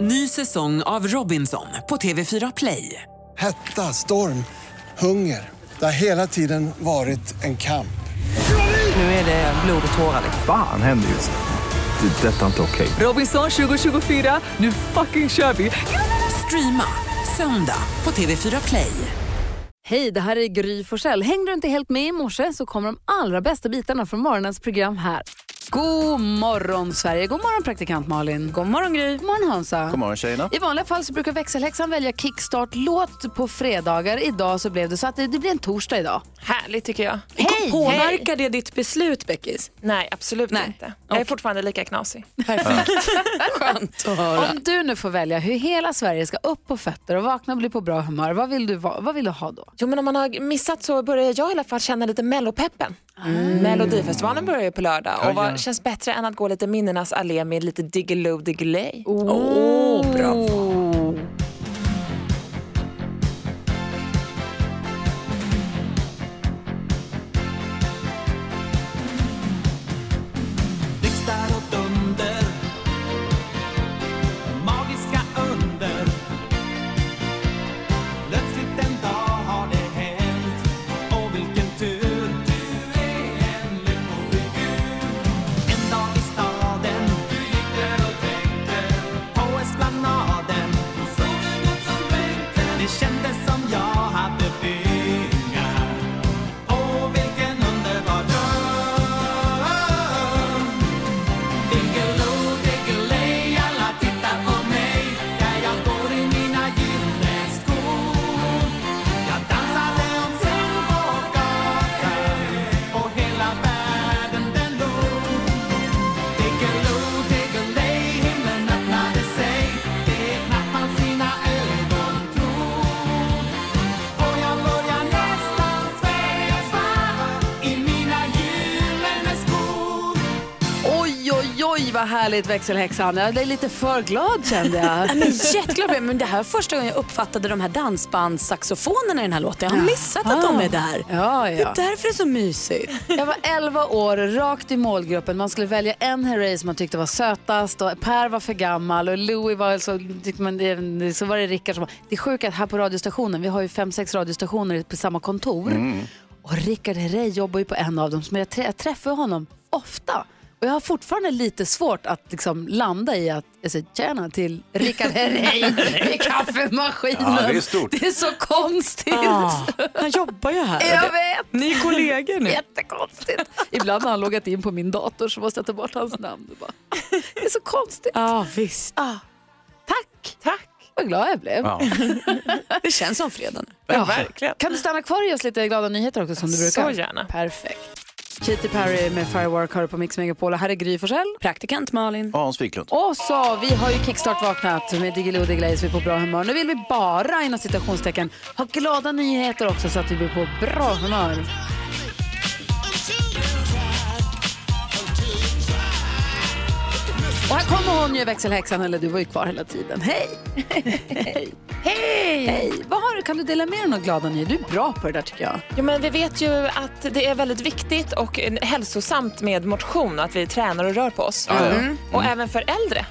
Ny säsong av Robinson på TV4 Play. Hetta, storm, hunger. Det har hela tiden varit en kamp. Nu är det blod och tårar. Fan händer just nu. Det. är Detta är inte okej. Robinson 2024, nu fucking kör vi! Streama söndag på TV4 Play. Hej, det här är Gry Forssell. Hängde du inte helt med i morse så kommer de allra bästa bitarna från morgonens program här. God morgon Sverige, god morgon praktikant Malin. God morgon Gry. God morgon Hansa. God morgon, tjejerna. I vanliga fall så brukar växelhäxan välja kickstart-låt på fredagar. Idag så blev det så att det, det blir en torsdag idag. Härligt tycker jag. Hej! Påverkar det ditt beslut, Beckis? Nej, absolut inte. Jag är fortfarande lika knasig. Skönt att höra. Om du nu får välja hur hela Sverige ska upp på fötter och vakna och bli på bra humör, vad vill du, va- vad vill du ha då? Jo, men om man har missat så börjar jag i alla fall känna lite mellopeppen. Mm. Melodifestivalen börjar ju på lördag och vad känns bättre än att gå lite minnenas allé med lite Diggiloo Diggiley? Oh, bra. blixtar och dunder Magiska under Plötsligt en dag har det hänt Och vilken tur Du är en lyckofigur En dag i staden Du gick där och tänkte På esplanaden Och såg en gott som vänkte Det kändes som jag hade pengar Åh, vilken underbar dröm Diggeloo, diggeley, alla tittar på mig när jag går i mina gyllene skor. Jag dansade omkring på gatan och hela världen den log. Diggeloo, diggeley, himlen öppnade sig. Det är knappt man sina ögon tror. Och jag börjar nästan sväva i mina gyllene skor. Oj, oj, oj vad härligt växelhäxan. Jag blev lite för glad kände jag. Men jätteglad blev jag, men det här är första gången jag uppfattade de här dansbandssaxofonerna i den här låten. Jag har missat att de är där. Ja, Det ja. är därför det är så mysigt. Jag var 11 år, rakt i målgruppen. Man skulle välja en Herrey som man tyckte var sötast och Per var för gammal och Louis var så, tyckte man, det- så var det Rickard som var... Det är sjukt att här på radiostationen, vi har ju fem, sex radiostationer på samma kontor. Mm. Och Rickard Herrey jobbar ju på en av dem, så jag, trä, jag träffar honom ofta. Och jag har fortfarande lite svårt att liksom landa i att jag säger tjena till Rickard Herrey vid kaffemaskinen. Ja, det är stort. Det är så konstigt. Han jobbar ju här. Jag vet. Ni är kollegor nu. Jättekonstigt. Ibland har han loggat in på min dator så måste jag ta bort hans namn. Det, bara, det är så konstigt. Ja, visst. Tack! Tack. Vad glad jag blev. Ja. Det känns som fredag nu. Ja. Verkligen. Kan du stanna kvar och ge oss lite glada nyheter också som du Så brukar? gärna. Perfekt. Katy Perry med Firework hör du på Mix Megapol och här är Gry Forssell. Praktikant Malin. Och Hans Wiklund. Och så, vi har ju kickstart vaknat med Diggiloo Diggiley så vi är på bra humör. Nu vill vi bara inom citationstecken ha glada nyheter också så att vi blir på bra humör. Och här kommer hon ju växelhäxan, eller du var ju kvar hela tiden. Hej! Hej! Hej! Vad har du, kan du dela med dig av några glada nyheter? Du är bra på det där tycker jag. Jo, men vi vet ju att det är väldigt viktigt och eh, hälsosamt med motion och att vi tränar och rör på oss. Mm. Och även för äldre.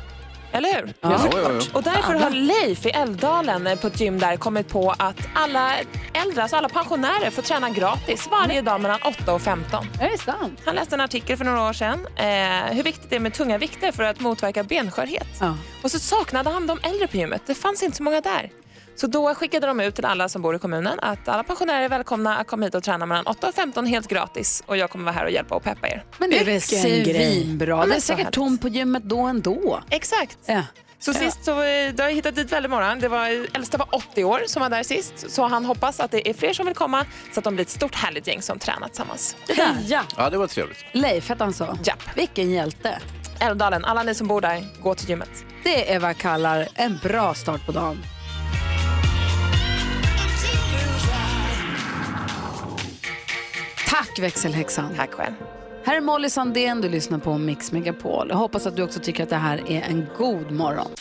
Eller hur? Jo, jo, jo. Och därför har Leif i Älvdalen eh, på ett gym där kommit på att alla äldre, alltså alla pensionärer får träna gratis varje dag mellan 8 och 15. Är det sant? Han läste en artikel för några år sedan eh, hur viktigt det är med tunga vikter för att motverka benskörhet. Ja. Och så saknade han de äldre på gymmet. Det fanns inte så många där. Så då skickade de ut till alla som bor i kommunen att alla pensionärer är välkomna att komma hit och träna mellan 8 och 15 helt gratis och jag kommer vara här och hjälpa och peppa er. Men det är väl Vilken grej. svinbra. Det är men så säkert härligt. tomt på gymmet då ändå. Exakt. Ja. Så sist så eh, då har jag hittat dit väldigt många. Det var, äldsta var 80 år som var där sist. Så han hoppas att det är fler som vill komma så att de blir ett stort härligt gäng som tränar tillsammans. Heja! Ja, det var trevligt. Leif hette han så? Japp. Vilken hjälte. Älvdalen, alla ni som bor där, gå till gymmet. Det är vad jag kallar en bra start på dagen. Tack växelhäxan. Tack själv. Här är Molly Sandén, du lyssnar på Mix Megapol. Jag hoppas att du också tycker att det här är en god morgon.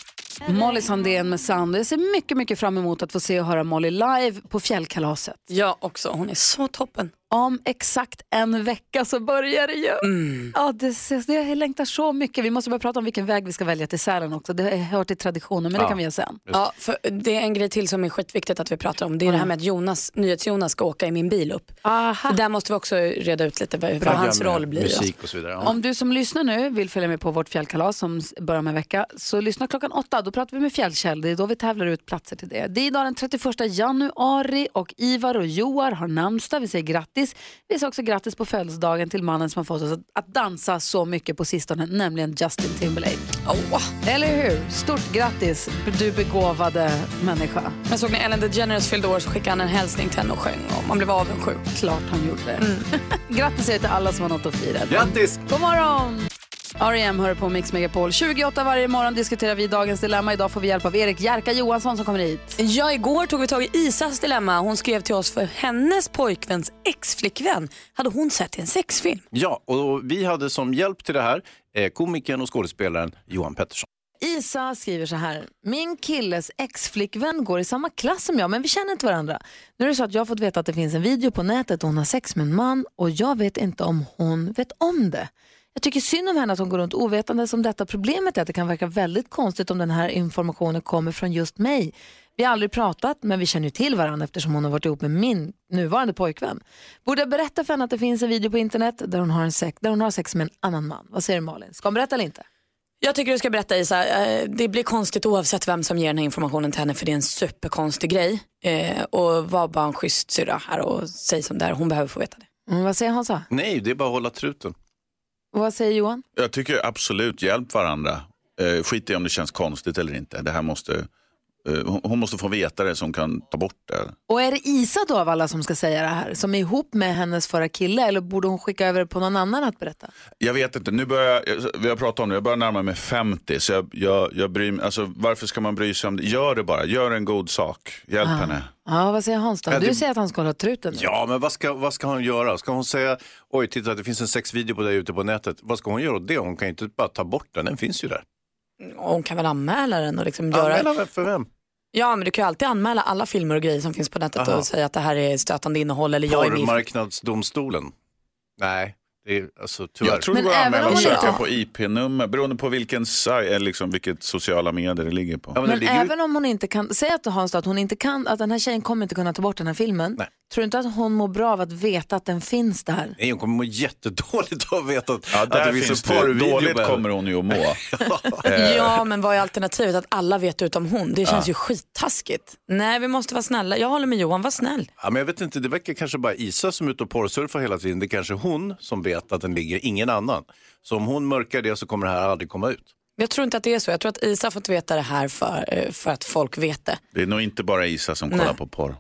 Molly Sandén med Sand. Jag ser mycket, mycket fram emot att få se och höra Molly live på fjällkalaset. Jag också. Hon är så toppen. Om exakt en vecka så börjar det ju. Ja, det, ses- det, jag längtar så mycket. Vi måste börja prata om vilken väg vi ska välja till Sälen också. Det hör till traditionen, men det Ja. kan vi göra sen. Ja, för det är en grej till som är skitviktigt att vi pratar om. Det är det här med att Jonas, NyhetsJonas ska åka i min bil upp. Aha. Så där måste vi också reda ut lite vad, vad Tagga hans med roll blir. Musik och så vidare. Ja. Om du som lyssnar nu vill följa med på vårt fjällkalas som s- börjar om en vecka, så lyssna klockan åtta. Då pratar vi med Fjällkäll. Det är då vi tävlar ut platser till det. Det är idag den 31 januari och Ivar och Joar har namnsdag. Vi säger grattis. Vi säger också grattis på födelsedagen till mannen som har fått oss att, att dansa så mycket på sistone, nämligen Justin Timberlake. Eller hur? Stort grattis, du begåvade människa. Jag såg när Ellen DeGeneres fyllde år så skickade han en hälsning till henne och sjöng och man blev avundsjuk. Klart han gjorde det. Mm. grattis säger jag till alla som har något att fira. Grattis! God morgon! R.E.M. hör på Mix Megapol. 28 varje morgon diskuterar vi dagens dilemma. Idag får vi hjälp av Erik Jerka Johansson som kommer hit. Ja, igår tog vi tag i Isas dilemma. Hon skrev till oss för hennes pojkväns ex-flickvän hade hon sett i en sexfilm. Ja, och vi hade som hjälp till det här eh, komikern och skådespelaren Johan Pettersson. Isa skriver så här. Min killes exflickvän går i samma klass som jag men vi känner inte varandra. Nu är det så att jag har fått veta att det finns en video på nätet och hon har sex med en man och jag vet inte om hon vet om det. Jag tycker synd om henne att hon går runt ovetande om detta. Problemet är att det kan verka väldigt konstigt om den här informationen kommer från just mig. Vi har aldrig pratat men vi känner ju till varandra eftersom hon har varit ihop med min nuvarande pojkvän. Borde jag berätta för henne att det finns en video på internet där hon har, en sex, där hon har sex med en annan man? Vad säger du Malin? Ska hon berätta eller inte? Jag tycker du ska berätta Isa, eh, det blir konstigt oavsett vem som ger den här informationen till henne för det är en superkonstig grej. Eh, och var bara en schysst syrra här och säg som det är, hon behöver få veta det. Mm, vad säger Hansa? Nej, det är bara att hålla truten. Och Vad säger Johan? Jag tycker absolut, hjälp varandra. Eh, skit i om det känns konstigt eller inte. Det här måste, eh, hon- hon måste få veta det som kan ta bort det. Och är det Isa då av alla som ska säga det här, som är ihop med hennes förra kille eller borde hon skicka över på någon annan att berätta? Jag vet inte, nu börjar jag, vi har pratat om det, jag börjar närma mig 50. Så jag, jag, jag bryr mig, alltså, varför ska man bry sig om det? Gör det bara, gör en god sak. Hjälp henne. Ja, vad säger Hans då? Ja, Du det- säger att han ska hålla truten. nu. Ja, men vad ska, vad ska hon göra? Ska hon säga, oj, titta det finns en sexvideo på dig ute på nätet. Vad ska hon göra åt det? Hon kan ju inte bara ta bort den, den finns ju där. Och hon kan väl anmäla den och liksom göra... Anmäla vem för vem? Ja men du kan ju alltid anmäla alla filmer och grejer som finns på nätet Aha. och säga att det här är stötande innehåll eller jag är med. i- Porrmarknadsdomstolen? Nej, det är alltså tyvärr. Jag tror det Men går att även anmäla om och hon söka inte- på IP-nummer beroende på vilken saj- eller liksom, vilket sociala medier det ligger på. Ja, men det Men ligger ju- även om hon inte kan, säg att Hans då, att hon inte kan, att den här tjejen kommer inte kunna ta bort den här filmen. Nej. Tror du inte att hon mår bra av att veta att den finns där? Nej, hon kommer må jättedåligt av att veta att, Ja, att där det finns, finns en det. porrvideo. Dåligt med- kommer hon ju att må. Eh. Ja men vad är alternativet att alla vet utom hon? Det känns ju skittaskigt. Nej vi måste vara snälla, jag håller med Johan, var snäll. Ja, men jag vet inte, det verkar kanske bara Isa som är ute och porrsurfar hela tiden. Det är kanske hon som vet att den ligger, ingen annan. Så om hon mörkar det så kommer det här aldrig komma ut. Jag tror inte att det är så, jag tror att Isa har fått veta det här för, eh, för att folk vet det. Det är nog inte bara Isa som kollar Nej. på porr.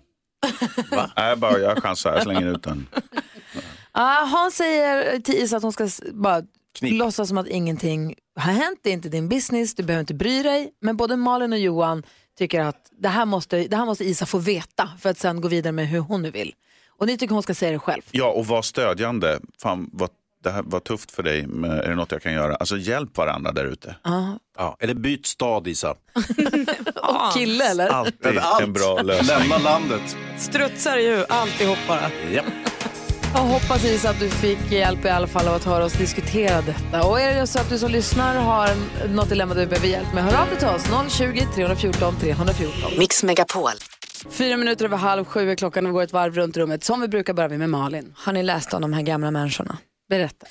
Nej, bara jag chansar. Jag slänger ut den. Ah, Hans säger till Isa att hon ska s- bara Knip. låtsas som att ingenting har hänt, det är inte din business, du behöver inte bry dig. Men både Malin och Johan tycker att det här måste, det här måste Isa få veta för att sen gå vidare med hur hon nu vill. Och ni tycker hon ska säga det själv. Ja, och var stödjande. Fan, vad, det här var tufft för dig. Men är det något jag kan göra? Alltså hjälp varandra där ute. Ja, eller byt stad Isa. Och Kille eller? Det Alltid är en bra lösning. Lämna landet. strutsar ju alltihop bara. Ja. Jag hoppas Isa att du fick hjälp i alla fall av att höra oss diskutera detta. Och är det så att du som lyssnar har en- något dilemma du behöver hjälp med, hör av dig till oss. 020 314 314. Mix Megapol. Fyra minuter över halv sju är klockan och vi går ett varv runt rummet. Som vi brukar börja vi med Malin. Har ni läst om de här gamla människorna? Berätta.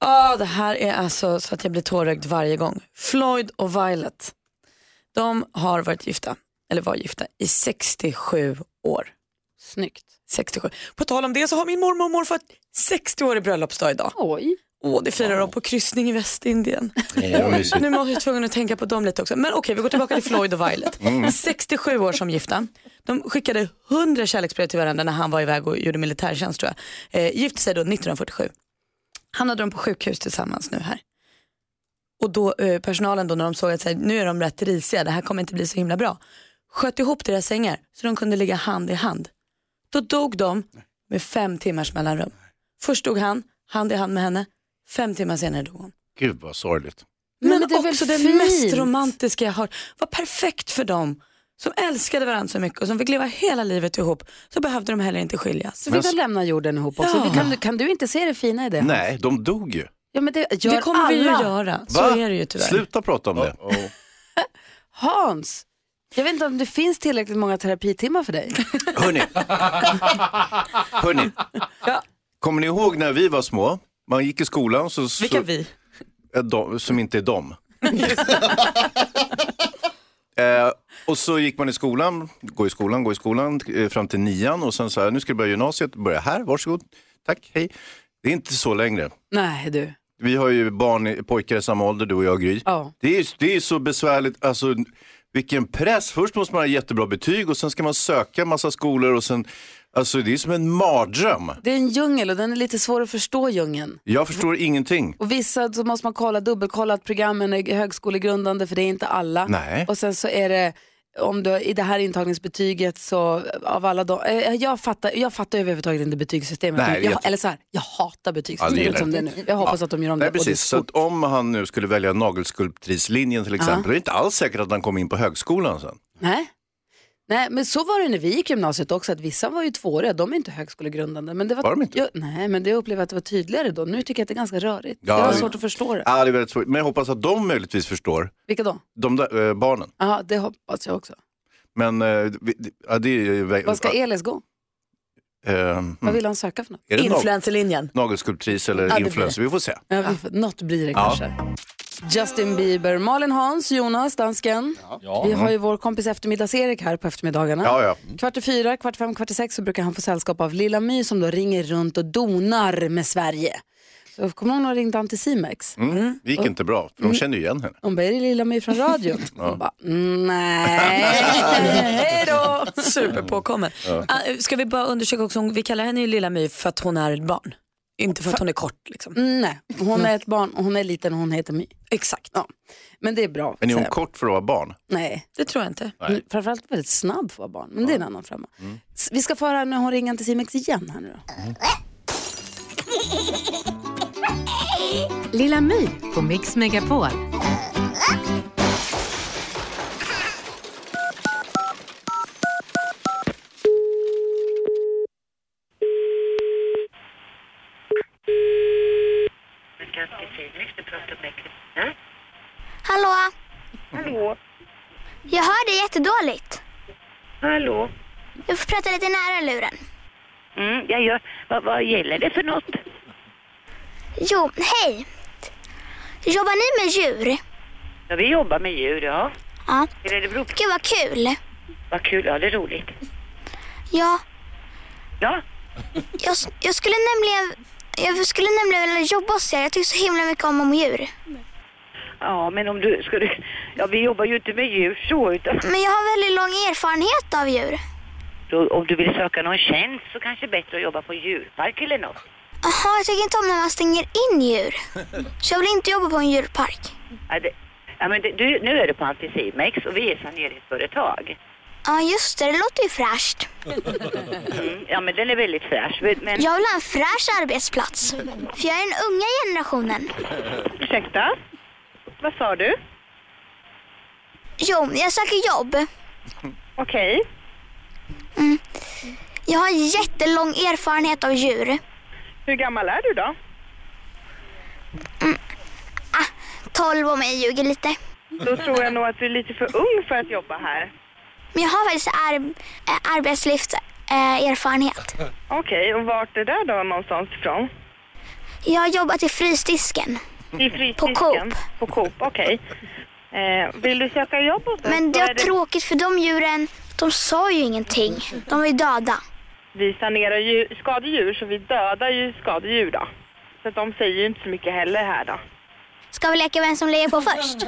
Ja, det här är alltså så att jag blir tårögd varje gång. Floyd och Violet, de har varit gifta, eller var gifta, i 67 år. Snyggt. 67. På tal om det så har min mormor och morfar 60 år i bröllopsdag idag. Oj. Åh, det firar de på kryssning i Västindien. Ja, Så Alltså, nu var jag tvungen att tänka på dem lite också. Men okej, vi går tillbaka till Floyd och Violet. 67 år som gifta. De skickade 100 kärleksbrev till varandra när han var iväg och gjorde militärtjänst tror jag. Eh, gifte sig då 1947. Hamnade de på sjukhus tillsammans nu här. Och då eh, personalen då när de såg att så här, nu är de rätt risiga, det här kommer inte bli så himla bra. Sköt ihop deras sängar så de kunde ligga hand i hand. Då dog de med fem timmars mellanrum. Först dog han, hand i hand med henne. Fem timmar senare dog hon. Gud vad sorgligt. Men, Men det är väl också det fint? mest romantiska jag har. Vad perfekt för dem som älskade varandra så mycket och som fick leva hela livet ihop så behövde de heller inte skiljas. Så vi kan lämna jorden ihop också. Ja. Vi kan, kan du inte se det fina i det? Nej, de dog ju. Ja, men det, gör det kommer alla. vi ju göra. Så Va? är det ju tyvärr. Sluta prata om det. Hans, jag vet inte om det finns tillräckligt många terapitimmar för dig. Hörni. Hörni. Kommer ni ihåg när vi var små? Man gick i skolan så... så Vilka vi? eh, de, som inte är dem. eh, och så gick man i skolan, gå i skolan, gå i skolan eh, fram till nian och sen så här, nu ska du börja gymnasiet, börja här, varsågod, tack, hej. Det är inte så längre. Nej du, Vi har ju barn, i- pojkar i samma ålder, du och jag Gry. Ja. Det, är, ju- det är så besvärligt, alltså vilken press. Först måste man ha jättebra betyg och sen ska man söka massa skolor och sen, alltså det är som en mardröm. det är en djungel och den är lite svår att förstå djungeln. Jag förstår ingenting. Och vissa så måste man kolla, dubbelkolla att programmen är högskolegrundande för det är inte alla. Nej. Och sen så är det, om du i det här intagningsbetyget så av alla de, eh, jag fattar, jag fattar överhuvudtaget inte betygssystemet. Nej, det är jag, jätte- eller så här, jag hatar Ja, det betygssystemet gillar som det är jag. nu. Jag hoppas att de gör om det. Nej, och det precis. Så fort. att om han nu skulle välja nagelskulptrislinjen till exempel, det är inte alls säkert att han kommer in på högskolan sen. Nej. Nej, men så var det när vi gick gymnasiet också, att vissa var ju tvååriga, de är inte högskolegrundande. Men det var, Var de inte? Jag, nej, men det upplevde jag att det var tydligare då. Nu tycker jag att det är ganska rörigt. Ja, det var det- svårt att förstå det. Ja, det är väldigt svårt. Men jag hoppas att de möjligtvis förstår, Vilka då? de där eh, barnen. Ja, det hoppas jag också. Men eh, vi- det- ja, det är ju... Vad ska Elis gå? Eh, mm. Vad vill han söka för något? Är det nag- Influencerlinjen. nagelskulptris eller det blir influencer? Vi får se. Ja, vi får- något blir det kanske. Justin Bieber, Malin Hans, Jonas, dansken. Vi har ju vår kompis eftermiddags-Erik här på eftermiddagarna. Ja, ja. Kvart i fyra, kvart i fem, kvart i sex så brukar han få sällskap av Lilla My som då ringer runt och donar med Sverige. Så kommer hon och ringde Anticimex. Mm. Det gick inte bra, för de känner ju igen henne. Hon bara, är det Lilla My från radion? Hon bara, nej, hej då. Superpåkommen. Ah, Ska vi bara undersöka också, hon- vi kallar henne ju Lilla My för att hon är ett barn. Inte för att hon är kort liksom. Nej, hon är ett barn och hon är liten och hon heter My. Exakt. Ja. Men det är bra. Men är hon så- kort för att vara barn? Nej, Mm, Det tror jag inte. Nej. framförallt väldigt snabb för att vara barn. Men det är en annan femma. S- Vi ska få höra när hon ringer Anticimex igen här nu då. Lilla My på Mix Megapol. Hallå? Hallå? Jag hör dig jättedåligt. Hallå? Du får prata lite nära luren. Mm, jag gör. Vad, vad gäller det för något? Jo, hej. Jobbar ni med djur? Ja, vi jobbar med djur, ja. Ja. Är det Örebro? Gud vad kul. Vad kul, ja det är roligt. Ja, Ja, jag, s- jag skulle nämligen... Jag skulle nämligen vilja jobba hos er. Jag tycker så himla mycket om, om djur. ja men om du, ska du... Ja, vi jobbar ju inte med djur så, utan Men jag har väldigt lång erfarenhet av djur. då, om du vill söka någon tjänst så kanske det är bättre att jobba på en djurpark eller något. Jaha, jag tycker inte om när man stänger in djur. Så jag vill inte jobba på en djurpark. Ja, det, ja men det, du, nu är du på Anticimex och vi är saneringsföretag. Ja, just det. Det låter ju fräscht. Mm, ja, men den är väldigt fräsch. Men, men Jag vill ha en fräsch arbetsplats. För jag är den unga generationen. ursäkta? Vad sa du? Jo, jag söker jobb. Mm. Okej. Jag har jättelång erfarenhet av djur. Hur gammal är du då? 12 Mm. Ah, om jag ljuger lite. Då tror jag nog att du är lite för ung för att jobba här. Men jag har faktiskt ar- eh, arbetslivserfarenhet. Okej, och vart är det då någonstans ifrån? Jag har jobbat i frysdisken. I På Coop. På Coop, okej. Eh, vill du söka jobb hos oss? Men det Då var är tråkigt för de djuren, de sa ju ingenting. De var ju döda. Vi sanerar ju skadedjur så vi dödar ju skadedjur då. Så att de säger ju inte så mycket heller här då. Ska vi leka vem som lägger på först?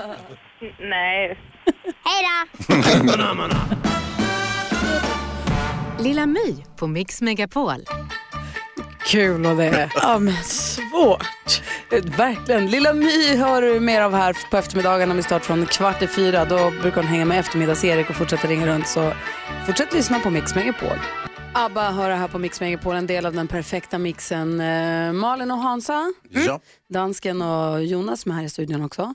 N- Nej, Hej då! Mm. Lilla My på Mix Megapol. Kul vad det är. Ja men svårt. Verkligen. Lilla My hör du mer av här på eftermiddagarna med start från kvart i fyra. Alltså, Då brukar hon hänga med eftermiddags-Erik och fortsätta ringa runt. Så fortsätt lyssna på Mix Megapol. ABBA hör här på Mix Megapol, en del av den perfekta mixen. Eh, Malin och Hansa, Ja. dansken och Jonas som är här i studion också.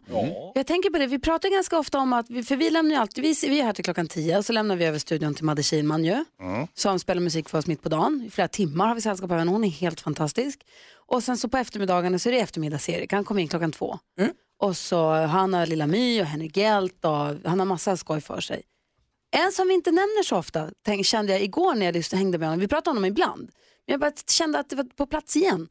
Jag tänker på det, vi pratar ganska ofta om att, vi, för vi lämnar ju alltid, vi, vi är här till klockan 10 och så lämnar vi över studion till Madde Kihlman ju, som spelar musik för oss mitt på dagen. I flera timmar har vi sällskap av henne, hon är helt fantastisk. Och sen så på eftermiddagarna så är det eftermiddags-Erik, han kommer in klockan två. Och så han har Lilla My och Henrik Hjält och han har massa skoj för sig. En som vi inte nämner så ofta tänk, kände jag igår när jag lyssnade, hängde med honom, vi pratar om honom ibland, men jag bara kände att det var på plats igen.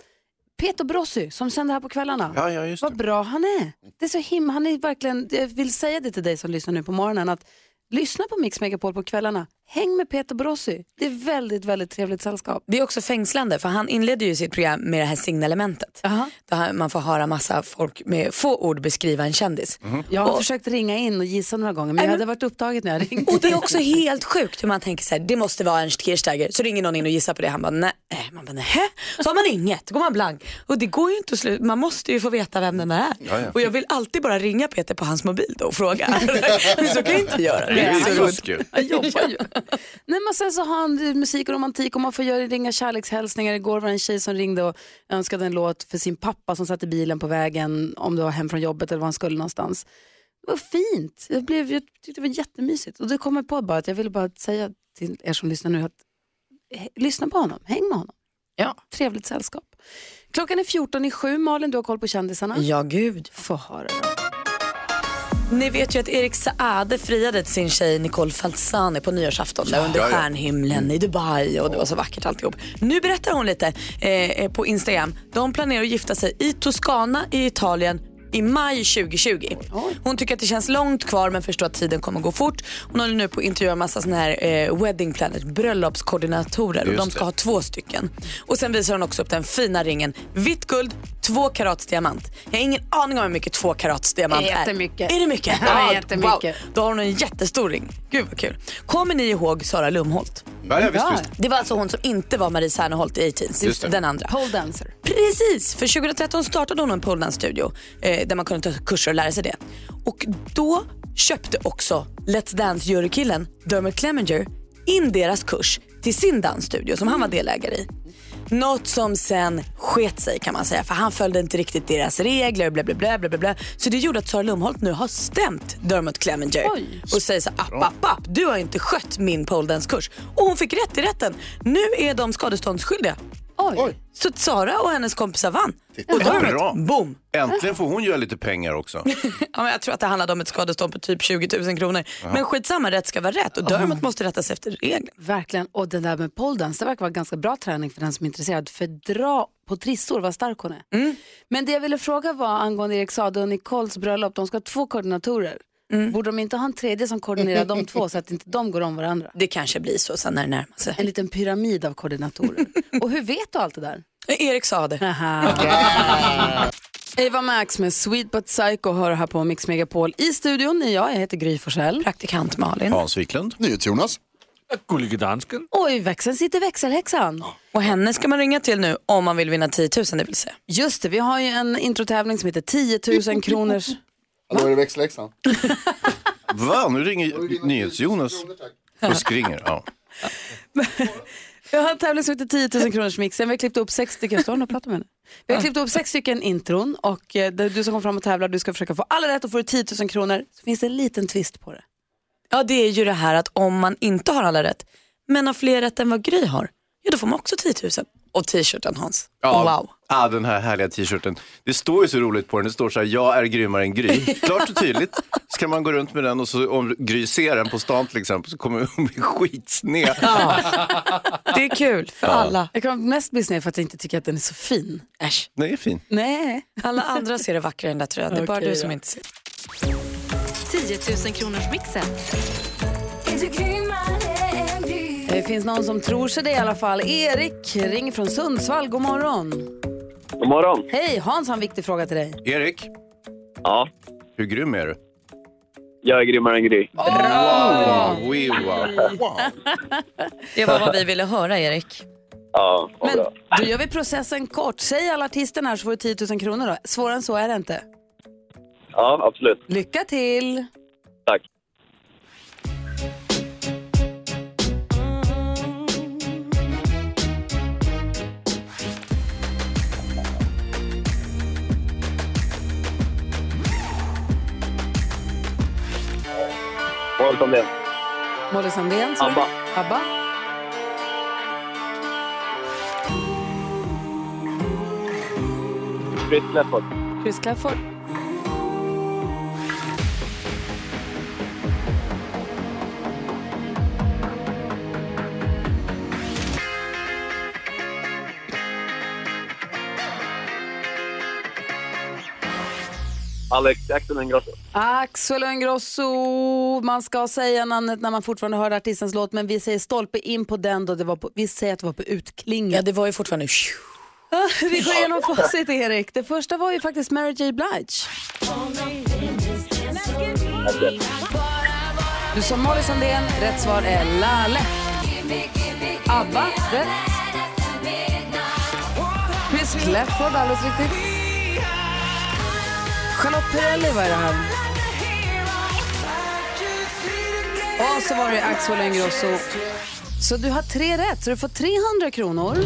Peter Brossi som sänder här på kvällarna. Ja, ja, just Vad bra han är. Det är så himla, han är verkligen, jag vill säga det till dig som lyssnar nu på morgonen att lyssna på Mix Megapol på kvällarna. Häng med Peter Brossi. Det är väldigt, väldigt trevligt sällskap. Det är också fängslande för han inleder ju sitt program med det här signalementet. Där han- man får höra massa folk med få ord beskriva en kändis. Jag har försökt ringa in och gissa några gånger men Nej, jag men- hade varit upptaget när jag ringde. Och det är också helt sjukt hur man tänker så här, det måste vara Ernst Kirchsteiger. Så ringer någon in och gissar på det, han bara nej. Man bara nej. Så har man inget, då går man blank. Och det går ju inte att sluta, man måste ju få veta vem den där är. Ja, ja. Och jag vill alltid bara ringa Peter på hans mobil då och fråga. Men så kan jag inte göra. Det är så ju roligt. kul. Jag jobbar ju. Nej, men sen så har han eh, musik och romantik och man får göra, ringa kärlekshälsningar. Igår var det en tjej som ringde och önskade en låt för sin pappa som satt i bilen på vägen om det var hem från jobbet eller var han skulle någonstans. Det var fint. Jag, blev, jag tyckte det var jättemysigt. Och det kom jag på bara att jag ville bara säga till er som lyssnar nu att eh, lyssna på honom, häng med honom. Ja. Trevligt sällskap. Klockan är 14 i sju. Malin, du har koll på kändisarna? Ja, gud. Få höra. Ni vet ju att Erik Saade friade till sin tjej Nicole Falzani på nyårsafton där under Ja, Mm. ja. stjärnhimlen i Dubai och det var så vackert alltihop. Nu berättar hon lite eh, eh, på Instagram. De planerar att gifta sig i Toscana i Italien i maj 2020. Hon tycker att det känns långt kvar men förstår att tiden kommer gå fort. Hon håller nu på att intervjua en massa såna här eh, wedding planners, bröllopskoordinatorer och Just de ska det. ha två stycken. Och sen visar hon också upp den fina ringen. Vitt guld, två karats diamant. Jag har ingen aning om hur mycket två karats diamant är. Jättemycket. Är det mycket? Ja, det är jättemycket. Wow. Då har hon en jättestor ring. Gud vad kul. Kommer ni ihåg Sara Lumholt? Ja, ja, visst, visst. Det var alltså hon som inte var Marie Serneholt i A-Teens, Just det. den andra. Pole dancer. Precis, för 2013 startade hon en pole studio eh, där man kunde ta kurser och lära sig det. Och då köpte också Let's Dance-jurykillen Dermot Clemenger in deras kurs till sin dansstudio som han var delägare i. Något som sen sket sig kan man säga för han följde inte riktigt deras regler bla bla bla bla bla. bla. Så det gjorde att Sara Lumholt nu har stämt Dermot Clemenger och säger så här, app app app du har inte skött min pole kurs Och hon fick rätt i rätten. Nu är de skadeståndsskyldiga. Oj. Så att Sara och hennes kompisar vann. Titta. Och Dermot, Bra. boom. Äntligen får hon göra lite pengar också. Ja, men jag tror att det handlade om ett skadestånd på typ 20 000 kronor. Ja. Men skitsamma, rätt ska vara rätt och Dermot måste rätta sig efter reglerna. Verkligen. Och det där med pole dance, det verkar vara ganska bra träning för den som är intresserad. För dra på trissor, vad stark hon är. Mm. Men det jag ville fråga var angående Erik Saade och Nicoles bröllop. De ska ha två koordinatorer. Mm. Borde de inte ha en tredje som koordinerar de två så att inte de går om varandra? Det kanske blir så sen när det närmar sig. En liten pyramid av koordinatorer. och hur vet du allt det där? Erik sa det. Eva Max med Sweet But Psycho hör här på Mix Megapol. I studion är jag, jag heter Gry Forssell. Praktikant Malin. Hans Wiklund. Jonas. Gullige dansken. Och i växeln sitter växelhäxan. Och henne ska man ringa till nu om man vill vinna 10 000 det vill säga. Just det, vi har ju en introtävling som heter 10 000 kronors... Hallå, är det växelläxan? Va, nu ringer NyhetsJonas. Fuskringer, ja. Vi har en tävling som heter 10 000 kronors mixen. Vi har klippt upp sex stycken, står hon och pratar med henne? Vi har klippt upp sex stycken intron och eh, där du som kommer fram och tävlar, du ska försöka få alla rätt och får du 10 000 kronor så finns det en liten twist på det. Ja, det är ju det här att om man inte har alla rätt, men har fler rätt än vad Gry har, ja då får man också 10 000. Och t-shirten Hans. Ja, Wow. ah, den här härliga t-shirten. Det står ju så roligt på den. Det står så här, jag är grymmare än Gry. Klart och tydligt. Så kan man gå runt med den och så om Gry ser den på stan till exempel så kommer hon bli skitsned. Det är kul för Ja. alla. Jag kommer mest bli sned för att jag inte tycker att den är så fin. Äsch. Den är fin. Nej. Alla andra ser det vackrare än den där tröjan. Det är bara Okej du som då. inte ser. 10 000 kronors mixen. Det finns någon som tror sig det i alla fall. Erik ring från Sundsvall, god morgon. God morgon. Hej, Hans har en viktig fråga till dig. Erik? Ja? Hur grym är du? Jag är grymmare än Gry. Wow, we wow. Det var vad vi ville höra Erik. Ja, vad Men bra. då gör vi processen kort. Säg alla artisterna här så får du 10 000 kronor då. Svårare än så är det inte. Ja, absolut. Lycka till! Tack. Tack. Sandén. Molly Sandén, sa du? ABBA. ABBA. Chris Clafford. Chris Clafford. Alex Jackson Ingrosso. Axel Ingrosso. Man ska säga namnet när man fortfarande hör artistens låt, men vi säger stolpe in på den då. Det var på, vi säger att det var på utklinget. Ja, det var ju fortfarande... Vi går igenom facit, Erik. Det första var ju faktiskt Mary J. Blige. Du sa Molly Sandén, rätt svar är Laleh. ABBA, rätt. Chris Clafford, alldeles riktigt. Charlotte Perrelli var det här. Och så var det Axel Ingrosso. Så du har tre rätt, så du får 300 kronor.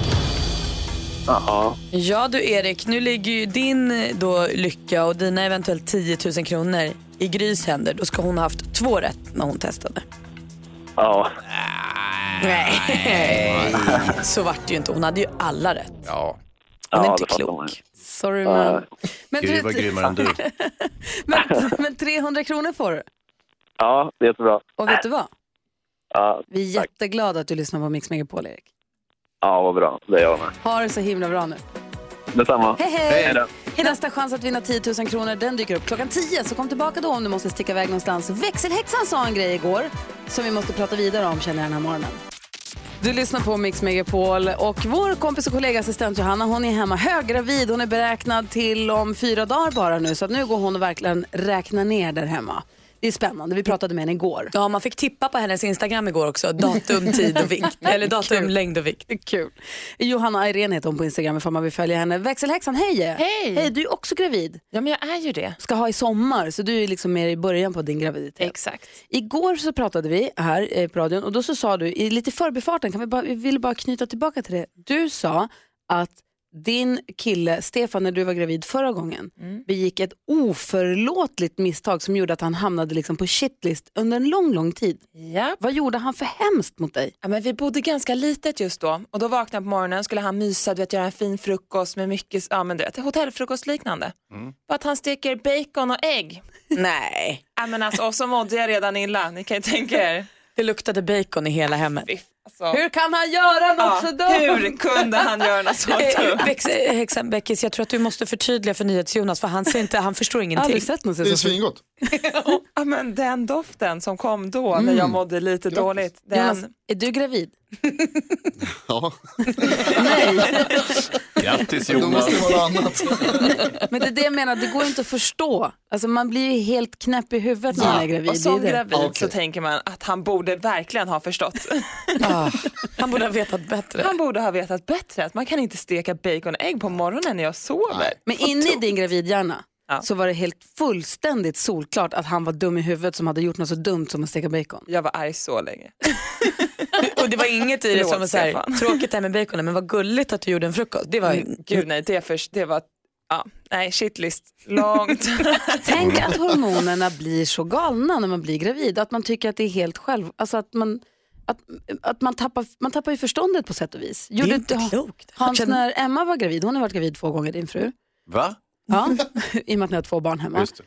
Jaha. Ja du Erik, nu ligger ju din eh, då lycka och dina eventuellt 10 000 kronor i Grys händer. Då ska hon ha haft två rätt när hon testade. Ja. Nej, så vart det ju inte. Hon hade ju alla rätt. Ja. Hon är Ja, inte det fattar man klok. Sorry man. Men Gry du- var grymmare än du. Men, men 300 kronor får du. Ja, det är jättebra. Och vet du vad? Ja, Vi är jätteglada att du lyssnar på Mix Megapol, Erik. ja vad bra. Det är jag med. Ha det så himla bra nu. Detsamma. Hej, hej! då. Nästa chans att vinna 10 000 kronor den dyker upp klockan 10. Så kom tillbaka då om du måste sticka iväg någonstans. Växelhäxan sa en grej igår som vi måste prata vidare om känner jag den här morgonen. Du lyssnar på Mix Megapol och vår kompis och kollega assistent Johanna hon är hemma höggravid. Hon är beräknad till om fyra dagar bara nu så att nu går hon och verkligen räknar ner där hemma. Det är spännande, vi pratade med henne igår. Ja, man fick tippa på hennes Instagram igår också. Datum, tid och vikt. Eller datum, längd och vikt. Kul. Johanna Irene heter hon på Instagram ifall man vill följa henne. Växelhäxan, hej! Hej! Hej, du är också gravid. Ja, men jag är ju det. Ska ha i sommar, så du är liksom mer i början på din graviditet. Exakt. Igår så pratade vi här eh, på radion och då så sa du, i lite förbifarten, kan vi, bara, vi vill bara knyta tillbaka till det. Du sa att din kille Stefan, när du var gravid förra gången, Mm. begick ett oförlåtligt misstag som gjorde att han hamnade liksom på shitlist under en lång, lång tid. Ja. Vad gjorde han för hemskt mot dig? Ja, men vi bodde ganska litet just då och då vaknade jag på morgonen skulle han mysa, du vet, göra en fin frukost med mycket ja, men du vet, hotellfrukost liknande. Mm. Bara att han steker bacon och ägg. Nej. Ja, men alltså, och så mådde jag redan illa, ni kan ju tänka er. Det luktade bacon i hela hemmet. Alltså. Hur kan han göra något så dumt? Hur kunde han göra något så dumt? Eh, Bex- eh, Häxan Beckis, jag tror att du måste förtydliga för NyhetsJonas för han, ser inte, han förstår ingenting. Aldrig sett någon se Det är så- svingott. ja, men den doften som kom då när jag mådde lite dåligt. Den... Jonas, är du gravid? Ja. Grattis Då måste det Jonas. vara något annat. Men det är det jag menar, det går inte att förstå. Alltså man blir ju helt knäpp i huvudet när man är gravid. Och som det är det. gravid så tänker man att han borde verkligen ha förstått. Ah, han borde ha vetat bättre. Han borde ha vetat bättre att man kan inte steka bacon och ägg på morgonen när jag sover. Men inne i din gravidhjärna så var det helt fullständigt solklart att han var dum i huvudet som hade gjort något så dumt som att steka bacon. Jag var arg så länge. Och det var inget i det som var Förlåt, så här, Stefan. Mm, tråkigt det här med baconen men vad gulligt att du gjorde en frukost. Det var ju... Gud nej, det, för, det var, ja, nej shitlist, långt. Tänk att hormonerna blir så galna när man blir gravid, att man tycker att det är helt själv, alltså att man att, att man, tappar, man tappar ju förståndet på sätt och vis. är inte klokt. Hans, Jag känner- när Emma var gravid, hon har varit gravid två gånger, din fru, Va? ja, i och med att ni har två barn hemma. Just det.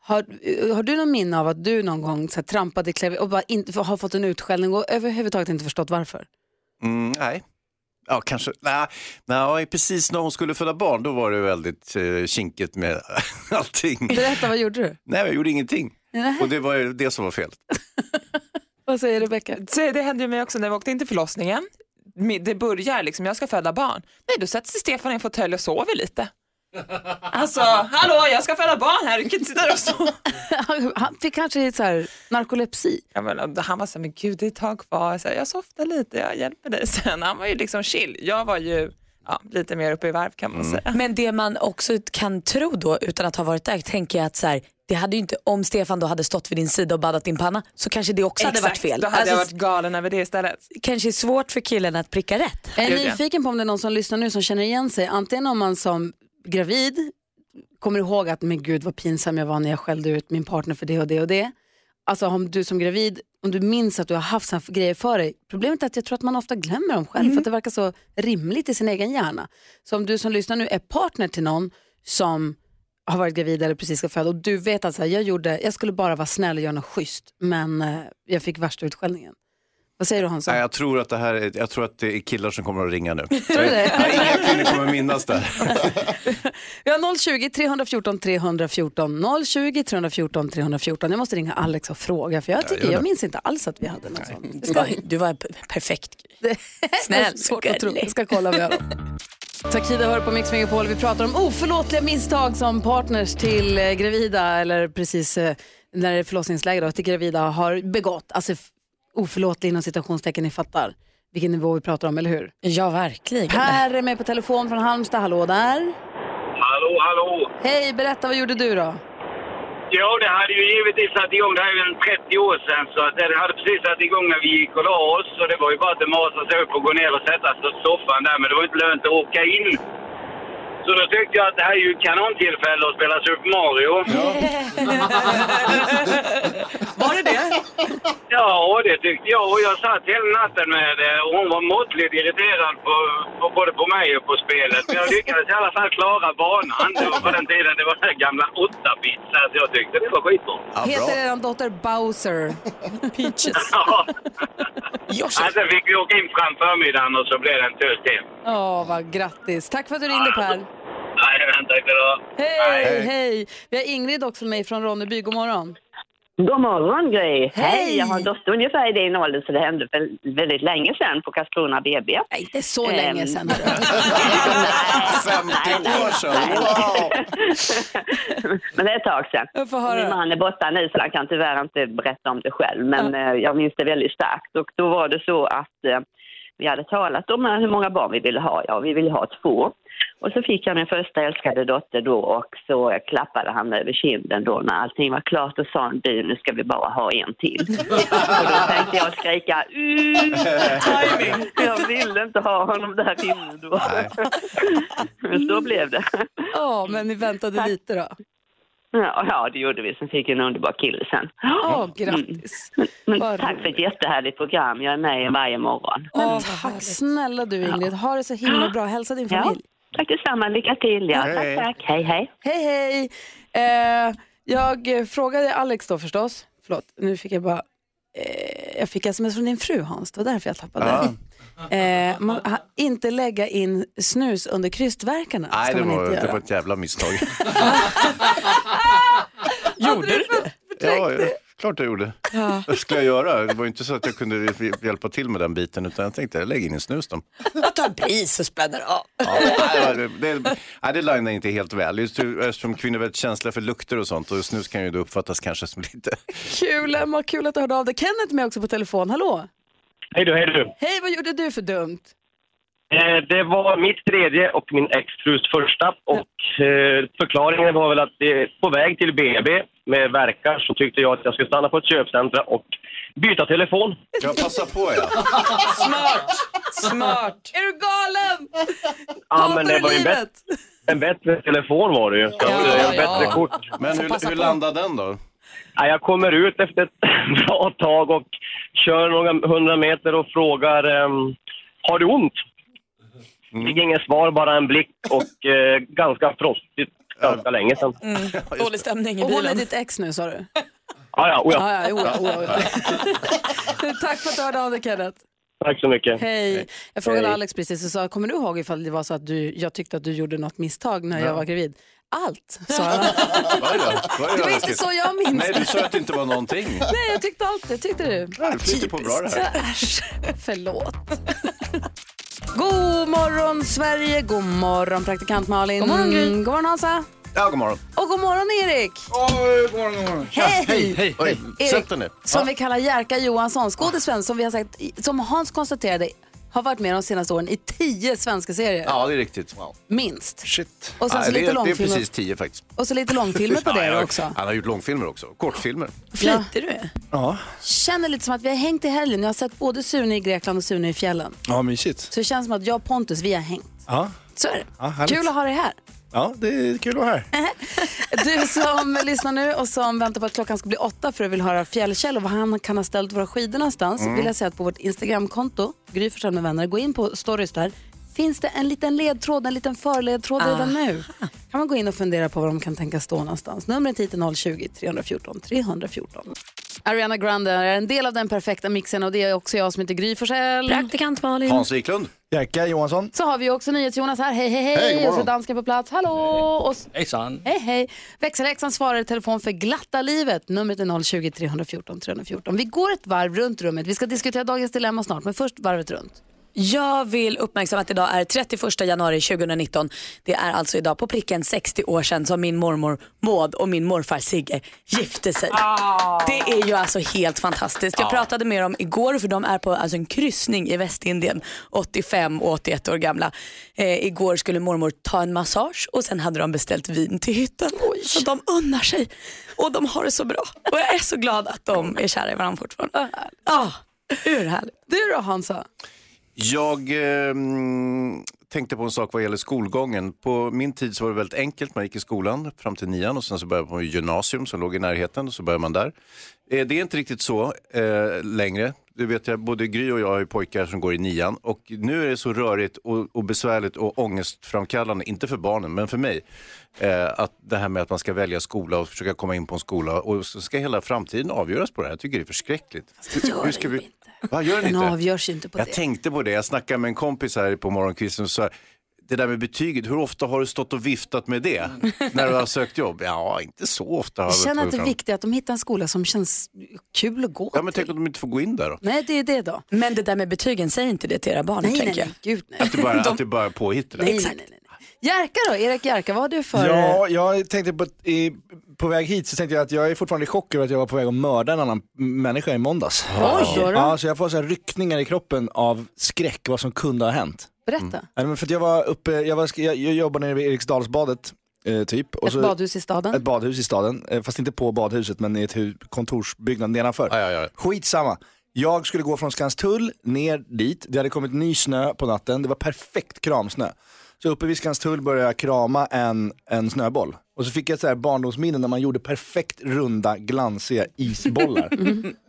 Har, har du någon minne av att du någon gång så här, trampade i kläder och bara inte, har fått en utskällning och överhuvudtaget inte förstått varför? Mm, nej. Ja, kanske. Nej, nej, precis när hon skulle föda barn, då var det väldigt eh, kinkigt med allting. Berätta, vad gjorde du? Nej, jag gjorde ingenting. Nej. Och det var ju det som var fel. Vad säger Rebecka? Så det hände ju mig också när vi åkte in till förlossningen. Mi- Det börjar liksom, jag ska föda barn. Nej, då sätter sig Stefan i en fåtölj och sover lite. Alltså, hallå, jag ska föda barn här, du kan inte sitta där och sova. Han fick kanske så här, narkolepsi. Ja, men, han var så här, men gud det är ett tag kvar, så här, jag softar lite, jag hjälper dig sen. Han var ju liksom chill, jag var ju ja, lite mer uppe i varv kan man säga. Men det man också kan tro då utan att ha varit där tänker jag att så här, det hade ju inte, om Stefan då hade stått vid din sida och baddat din panna så kanske det också hade varit fel. Då hade jag Alltså, varit galen över det istället. Kanske är svårt för killen att pricka rätt. Jag är nyfiken på om det är någon som lyssnar nu som känner igen sig. Antingen om man som gravid kommer ihåg att men gud vad pinsam jag var när jag skällde ut min partner för det och det och det. Alltså om du som gravid om du minns att du har haft sådana grejer för dig. Problemet är att jag tror att man ofta glömmer dem själv för att det verkar så rimligt i sin egen hjärna. Så om du som lyssnar nu är partner till någon som har varit gravid eller precis ska föda och du vet att så här, jag, gjorde, jag skulle bara vara snäll och göra något schysst men eh, jag fick värsta utskällningen. Vad säger du Hansa? Nej, jag, tror att det här är, jag tror att det är killar som kommer att ringa nu. Tror du det? Nej, inga kvinnor kommer minnas det här. Vi har 020 314 314 020 314 314. Jag måste ringa Alex och fråga för jag, Ja, tycker, gör jag det. minns inte alls att vi hade någon sån. Du var, du var p- perfekt. Snäll, Svårt att tro. gullig. Jag ska kolla med honom. Takida hör på Mix Megapol. Vi pratar om oförlåtliga misstag som partners till eh, gravida eller precis eh, när det är förlossningsläge då, till gravida har begått. Alltså f- oförlåtlig inom citationstecken, ni fattar vilken nivå vi pratar om, eller hur? Ja, verkligen. Per är med på telefon från Halmstad. Hallå där. Hallå, hallå! Hej, berätta vad gjorde du då? Ja, det hade ju givetvis satt igång. Det här är väl 30 år sedan, så att det hade precis satt igång när vi gick och la oss. Så det var ju bara att masa sig upp och gå ner och sätta sig på soffan där, men det var ju inte lönt att åka in. Så då tyckte jag att det här är ju ett kanontillfälle att spela Super Mario. Var det det? Ja, det tyckte jag. Och jag satt hela natten med det och hon var måttligt irriterad på, på både på mig och på spelet. Men jag lyckades i alla fall klara banan. Det var på den tiden det var den här gamla 8-bits, så jag tyckte det var skitbra. Heter eran dotter Bowser? Peaches. Ja, Alltså, sen fick vi åka in fram förmiddagen och så blev det en tös till. Ja, vad grattis. Tack för att du ringde Per. Nej, vänta, tack för Hej, hej. Vi har Ingrid också med från Ronneby. God morgon. God morgon Gry! Hej! Jag har en dotter ungefär i din ålder så det hände väl väldigt länge sedan på Karlskrona Ehm, BB. Nej, inte så länge sedan. 50 år sedan, wow! Men det är ett tag sedan. Min man är borta nu så han kan tyvärr inte berätta om det själv men eh, jag minns det väldigt starkt och då var det så att eh, vi hade talat om eh, hur många barn vi ville ha, ja vi ville ha två. Och så fick jag min första älskade dotter då och så klappade han mig över kinden då när allting var klart och sa han, du nu ska vi bara ha en till. och då tänkte jag skrika "Mm." Jag ville inte ha honom där inne då. Men så blev det. Ja, men ni väntade lite då. Ja, ja, det gjorde vi. Sen fick vi en underbar kille sen. Ja, Mm. grattis. Men tack för ett jättehärligt program. Jag är med er varje morgon. Men tack snälla du Ingrid. Ha det så himla bra. Hälsa din familj. Tack detsamma. Lycka till. Ja. Tack, tack. Hej, hej. Hej, hej. Eh, jag eh, frågade Alex då förstås. Förlåt, nu fick jag bara... Eh, jag fick sms från din fru Hans, det var därför jag tappade. Ah. Eh, man, ha, inte lägga in snus under krystverkarna. Nej, ska det man var, inte göra. det var ett jävla misstag. Gjorde du det? Ja, ja, klart jag gjorde. Ja. Vad skulle jag göra? Det var ju inte så att jag kunde hjälpa till med den biten, utan jag tänkte lägg in en snus då. Jag tar en pris och spänner av. Ja, nej, det, det, nej, det linar inte helt väl. Just hur- eftersom kvinnor är väldigt känsliga för lukter och sånt och snus kan ju då uppfattas kanske som lite... Kul Emma, kul att du hörde av dig. Kenneth är med också på telefon, hallå. Hej du, hej du. Hej, vad gjorde du för dumt? Eh, det var mitt tredje och min exfrus första. Och eh, förklaringen var väl att eh, på väg till BB med verkar så tyckte jag att jag skulle stanna på ett köpcentra och byta telefon. Jag passar på ja. Smart! Smart! Är du galen? Ja, men det var ju bättre. En bättre telefon var det ju. Så att, eh, ja. Bättre kort. Men hur, hur landade den då? Ja, jag kommer ut efter ett bra tag och kör några hundra meter och frågar ehm, har du ont? Mm. Fick inget svar, bara en blick och eh, ganska frostigt ganska länge sedan. Mm, Dålig stämning i Och hon är bilen. ditt ex nu sa du? Ah, ja, oja. ja, ja, oja, oja, oja. Tack för att du hörde av dig Kenneth. Tack så mycket. Hej. Jag frågade Hej. Alex precis och sa, kommer du ihåg ifall det var så att du, jag tyckte att du gjorde något misstag när jag Ja. var gravid? Allt, sa han. Vad är det? Vad är Det var läskigt? inte så jag minns Nej, det. du sa att det inte var någonting. Nej, jag tyckte allt. Jag tyckte det. det flyter på bra det här. Äsch, förlåt. God morgon Sverige, god morgon praktikant Malin. God morgon, Gry. Mm, God morgon Hansa. Ja, god morgon. Och god morgon Erik. god morgon, god morgon. Tja, Hej! Hej, hej, hej. Erik, Sätt dig ner. Som Ja. vi kallar Jerka Johansson, skådespelaren som vi har sagt, som Hans konstaterade, har varit med de senaste åren i tio svenska serier. Ja, det är riktigt. Minst. Shit. Och sen så Nej, det, lite är- det är långfilmer. precis tio faktiskt. Och så lite långfilmer på Ja, det jag- också. Han har gjort långfilmer också. Kortfilmer. Ja. du är. Ja, Känner lite som att vi har hängt i helgen. Jag har sett både Sune i Grekland och Sune i fjällen. ja mysigt. Så det känns som att jag och Pontus, vi har hängt. Ja. Så är det. Ja, härligt. Kul att ha dig här. Ja, det är kul att vara här. Du som lyssnar nu och som väntar på att klockan ska bli åtta för att vill höra Fjällkäll och var han kan ha ställt våra skidor någonstans Mm. vill jag säga att på vårt Instagramkonto, Gry Forssell med vänner, gå in på stories där, finns det en liten ledtråd, en liten förledtråd redan nu. kan man gå in och fundera på var de kan tänka stå någonstans. Numret hit är 020-314 314. Ariana Grande är en del av den perfekta mixen och det är också jag som heter Gry Forssell. Praktikant Malin. Hans Wiklund. Jerka Johansson. Så har vi också NyhetsJonas här. Hej, hej, hej. Hej, god och så morgon. dansken på plats. Hallå! Och s- Hejsan. Hej, hej. Växelhäxan svarar i telefon för glatta livet. Numret är 020-314 314. Vi går ett varv runt rummet. Vi ska diskutera dagens dilemma snart, men först varvet runt. Jag vill uppmärksamma att idag är 31 januari 2019. Det är alltså idag på pricken 60 år sedan som min mormor Maud och min morfar Sigge gifte sig. Ah. Det är ju alltså helt fantastiskt. Jag Ah. pratade med dem igår för de är på alltså en kryssning i Västindien, 85 och 81 år gamla. Eh, igår skulle mormor ta en massage och sen hade de beställt vin till hytten. Så de unnar sig och de har det så bra. Och jag är så glad att de är kära i varandra fortfarande. Ah, hur härligt. Du då Hansa? Jag eh, mm, tänkte på en sak vad gäller skolgången. På min tid så var det väldigt enkelt. Man gick i skolan fram till nian och sen så började man på gymnasium som låg i närheten och så började man där. Eh, det är inte riktigt så eh, längre. Du vet, jag, både Gry och jag har ju pojkar som går i nian och nu är det så rörigt och, och besvärligt och ångestframkallande, inte för barnen men för mig, eh, att det här med att man ska välja skola och försöka komma in på en skola och så ska hela framtiden avgöras på det här. Jag tycker det är förskräckligt. Hur- hur ska vi... inte. Va, gör den Den inte? avgörs ju inte på jag det. tänkte på det, jag snackade med en kompis här på morgonkvisten och sa, det där med betyget, hur ofta har du stått och viftat med det när du har sökt jobb? Ja, inte så ofta. Har Mm. Jag känner att det tagit är fram. viktigt att de hittar en skola som känns kul att gå Ja, men tänk om de inte får gå in där då? Nej, det är det då. Men det där med betygen, säg inte det till era barn Nej, tänker nej, jag. nej, gud nej. Att det bara, att det bara är påhitt det där. Nej, nej, nej, nej. Jerka då, Erik Jerka, vad har du för... Ja, jag tänkte på, att, eh, på väg hit så tänkte jag att jag är fortfarande i chock över att jag var på väg att mörda en annan människa i måndags. Oj, då då. ja, så jag får så här ryckningar i kroppen av skräck vad som kunde ha hänt. Berätta. Nej, men För att jag var uppe, jag, var, jag, jag jobbade nere vid Eriksdalsbadet eh, typ. Och Ett så- badhus i staden. Ett badhus i staden, eh, fast inte på badhuset men i ett hu- kontorsbyggnad nedanför. Skitsamma. Jag skulle gå från Skanstull ner dit, det hade kommit ny snö på natten, det var perfekt kramsnö. Så uppe vid Skanstull började jag krama en, en snöboll. Och så fick jag så här barndomsminnen när man gjorde perfekt runda glansiga isbollar.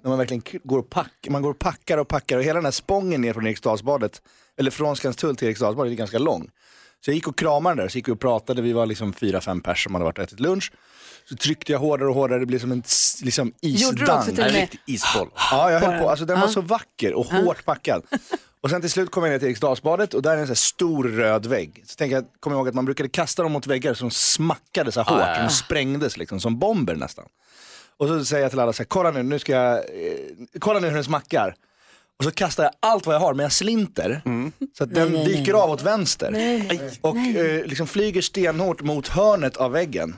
När man verkligen k- går och, pack, man går och packar och packar och hela den här spången ner från Eriksdalsbadet, eller från Skanstull till Eriksdalsbadet är ganska lång. Så jag gick och kramade den där, så gick vi och pratade, vi var liksom fyra, fem pers som hade varit och ätit lunch. Så tryckte jag hårdare och hårdare, det blev som en s- liksom isdans. Gjorde du också till och En med- riktig isboll. Ja, jag höll Bara. på, alltså den var Ah. Ja. så vacker och hårt packad. Och sen till slut kom jag ner till Eriksdalsbadet och där är en så här stor röd vägg. Så tänker jag, kommer jag ihåg att man brukade kasta dem mot väggar så de smackade så här Ah, hårt, ja, ja. de sprängdes liksom som bomber nästan. Och så säger jag till alla så här, kolla nu, nu ska jag, eh, kolla nu hur den smackar. Och så kastar jag allt vad jag har, men jag slinter. Mm. Så att den Nej, nej, dyker nej. av åt vänster. Nej, nej. Och eh, liksom flyger stenhårt mot hörnet av väggen.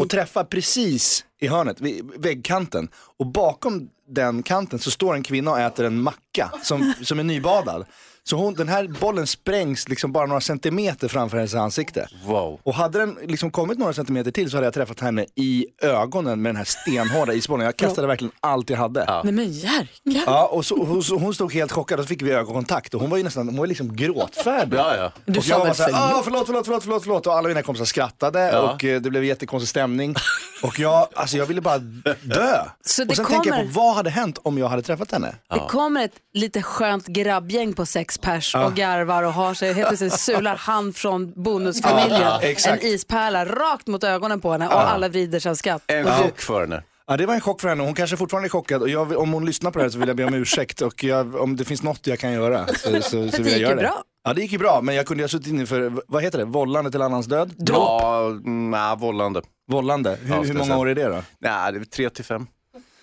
Och träffar precis i hörnet, vid väggkanten. Och bakom den kanten så står en kvinna och äter en macka som, som är nybadad. Så hon, den här bollen sprängs liksom bara några centimeter framför hennes ansikte. Wow. Och hade den liksom kommit några centimeter till så hade jag träffat henne i ögonen med den här stenhårda isbollen. Jag kastade verkligen allt jag hade. Nej men Jerka. Ja, och så, hon, så, hon stod helt chockad och så fick vi ögonkontakt och hon var ju nästan, hon var liksom gråtfärdig. Ja, ja. Du Du och sa jag var väl såhär, förlåt? ah, förlåt, förlåt, förlåt, förlåt, förlåt. Och alla mina kompisar skrattade Ja. och eh, det blev jättekonstig stämning. Och jag, alltså jag ville bara dö. Så det och sen kommer- tänker jag på, vad hade hänt om jag hade träffat henne? Det kommer ett lite skönt grabbgäng på sex pers Ja. och garvar och har sig. Helt plötsligt sular han från bonusfamiljen Ja, en exakt. ispärla rakt mot ögonen på henne och Ja. alla vrider sig av skratt. En Och du- chock för henne. Ja, det var en chock för henne. Hon kanske fortfarande är chockad och jag, vill- om hon lyssnar på det här så vill jag be om ursäkt och jag, om det finns något jag kan göra så, så, så vill det jag gick ju göra det. bra. Ja, det gick ju bra, men jag kunde ju ha suttit inne för, vad heter det, vållande till annans död? Ja, mm, nej, vållande. Vållande? Hur, hur många år är det då? Nej, det är tre till fem.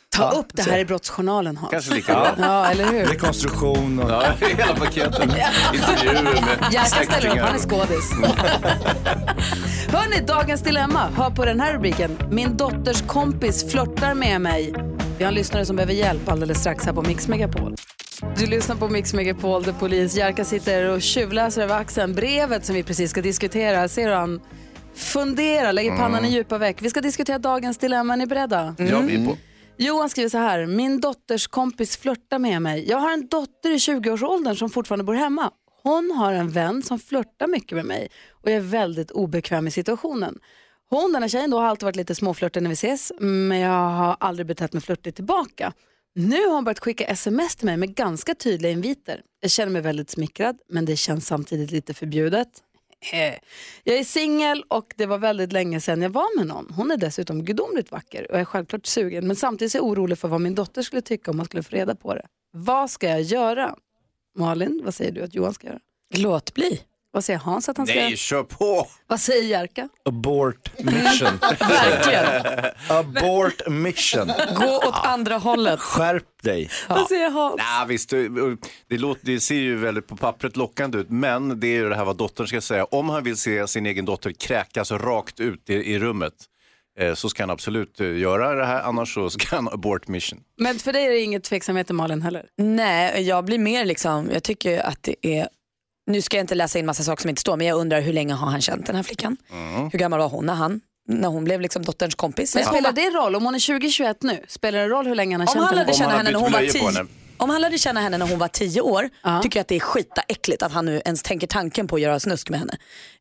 Ta Ja, upp det här i brottsjournalen Hans. Kanske lika bra. Ja, eller hur? Rekonstruktion och... Ja, hela paketet. Intervjuer med Jerka ställer upp, släktingar. han är skådis. Mm. Hörni, dagens dilemma. Hör på den här rubriken. Min dotters kompis flörtar med mig. Vi har en lyssnare som behöver hjälp alldeles strax här på Mix Megapol. Du lyssnar på Mix Megapol där polis Jerka sitter och tjuvläser över axeln brevet som vi precis ska diskutera. Ser du han funderar, lägger pannan Mm. i djupa veck. Vi ska diskutera dagens dilemma. Är ni beredda? Ja, vi är på. Johan skriver så här, min dotters kompis flörtar med mig. Jag har en dotter i 20-årsåldern som fortfarande bor hemma. hon har en vän som flörtar mycket med mig och jag är väldigt obekväm i situationen. Hon, den här tjejen då, har alltid varit lite småflörtig när vi ses, men jag har aldrig betett mig flörtigt tillbaka. Nu har hon börjat skicka sms till mig med ganska tydliga inviter. Jag känner mig väldigt smickrad, men det känns samtidigt lite förbjudet. Eh, Jag är singel och det var väldigt länge sedan jag var med någon. Hon är dessutom gudomligt vacker och jag är självklart sugen, men samtidigt är jag orolig för vad min dotter skulle tycka om hon skulle få reda på det. Vad ska jag göra? Malin, vad säger du att Johan ska göra? Låt bli. Vad säger Hans att han ska Nej, göra? kör på! Vad säger Jerka? Abort mission. Verkligen. Abort mission. Gå åt andra hållet. Skärp dig. Vad säger Hans? Nah, visst, det, det, låter, det ser ju väldigt på pappret lockande ut, men det är ju det här vad dottern ska säga. Om han vill se sin egen dotter kräkas rakt ut i, i rummet eh, så ska han absolut eh, göra det här, annars så ska han abort mission. Men för dig är det inget tveksamhet i Malin heller? Nej, jag blir mer liksom, jag tycker ju att det är, nu ska jag inte läsa in massa saker som inte står, men jag undrar hur länge har han känt den här flickan? Hur gammal var hon när han, när hon blev liksom dotterns kompis? Men Ja. spelar det roll, om hon är 20-21 nu, spelar det roll hur länge han har Om känt han lärde känna henne när hon var tio. tio, om han lärde känna henne när hon var tio år, tycker jag att det är skitaäckligt att han nu ens tänker tanken på att göra snusk med henne.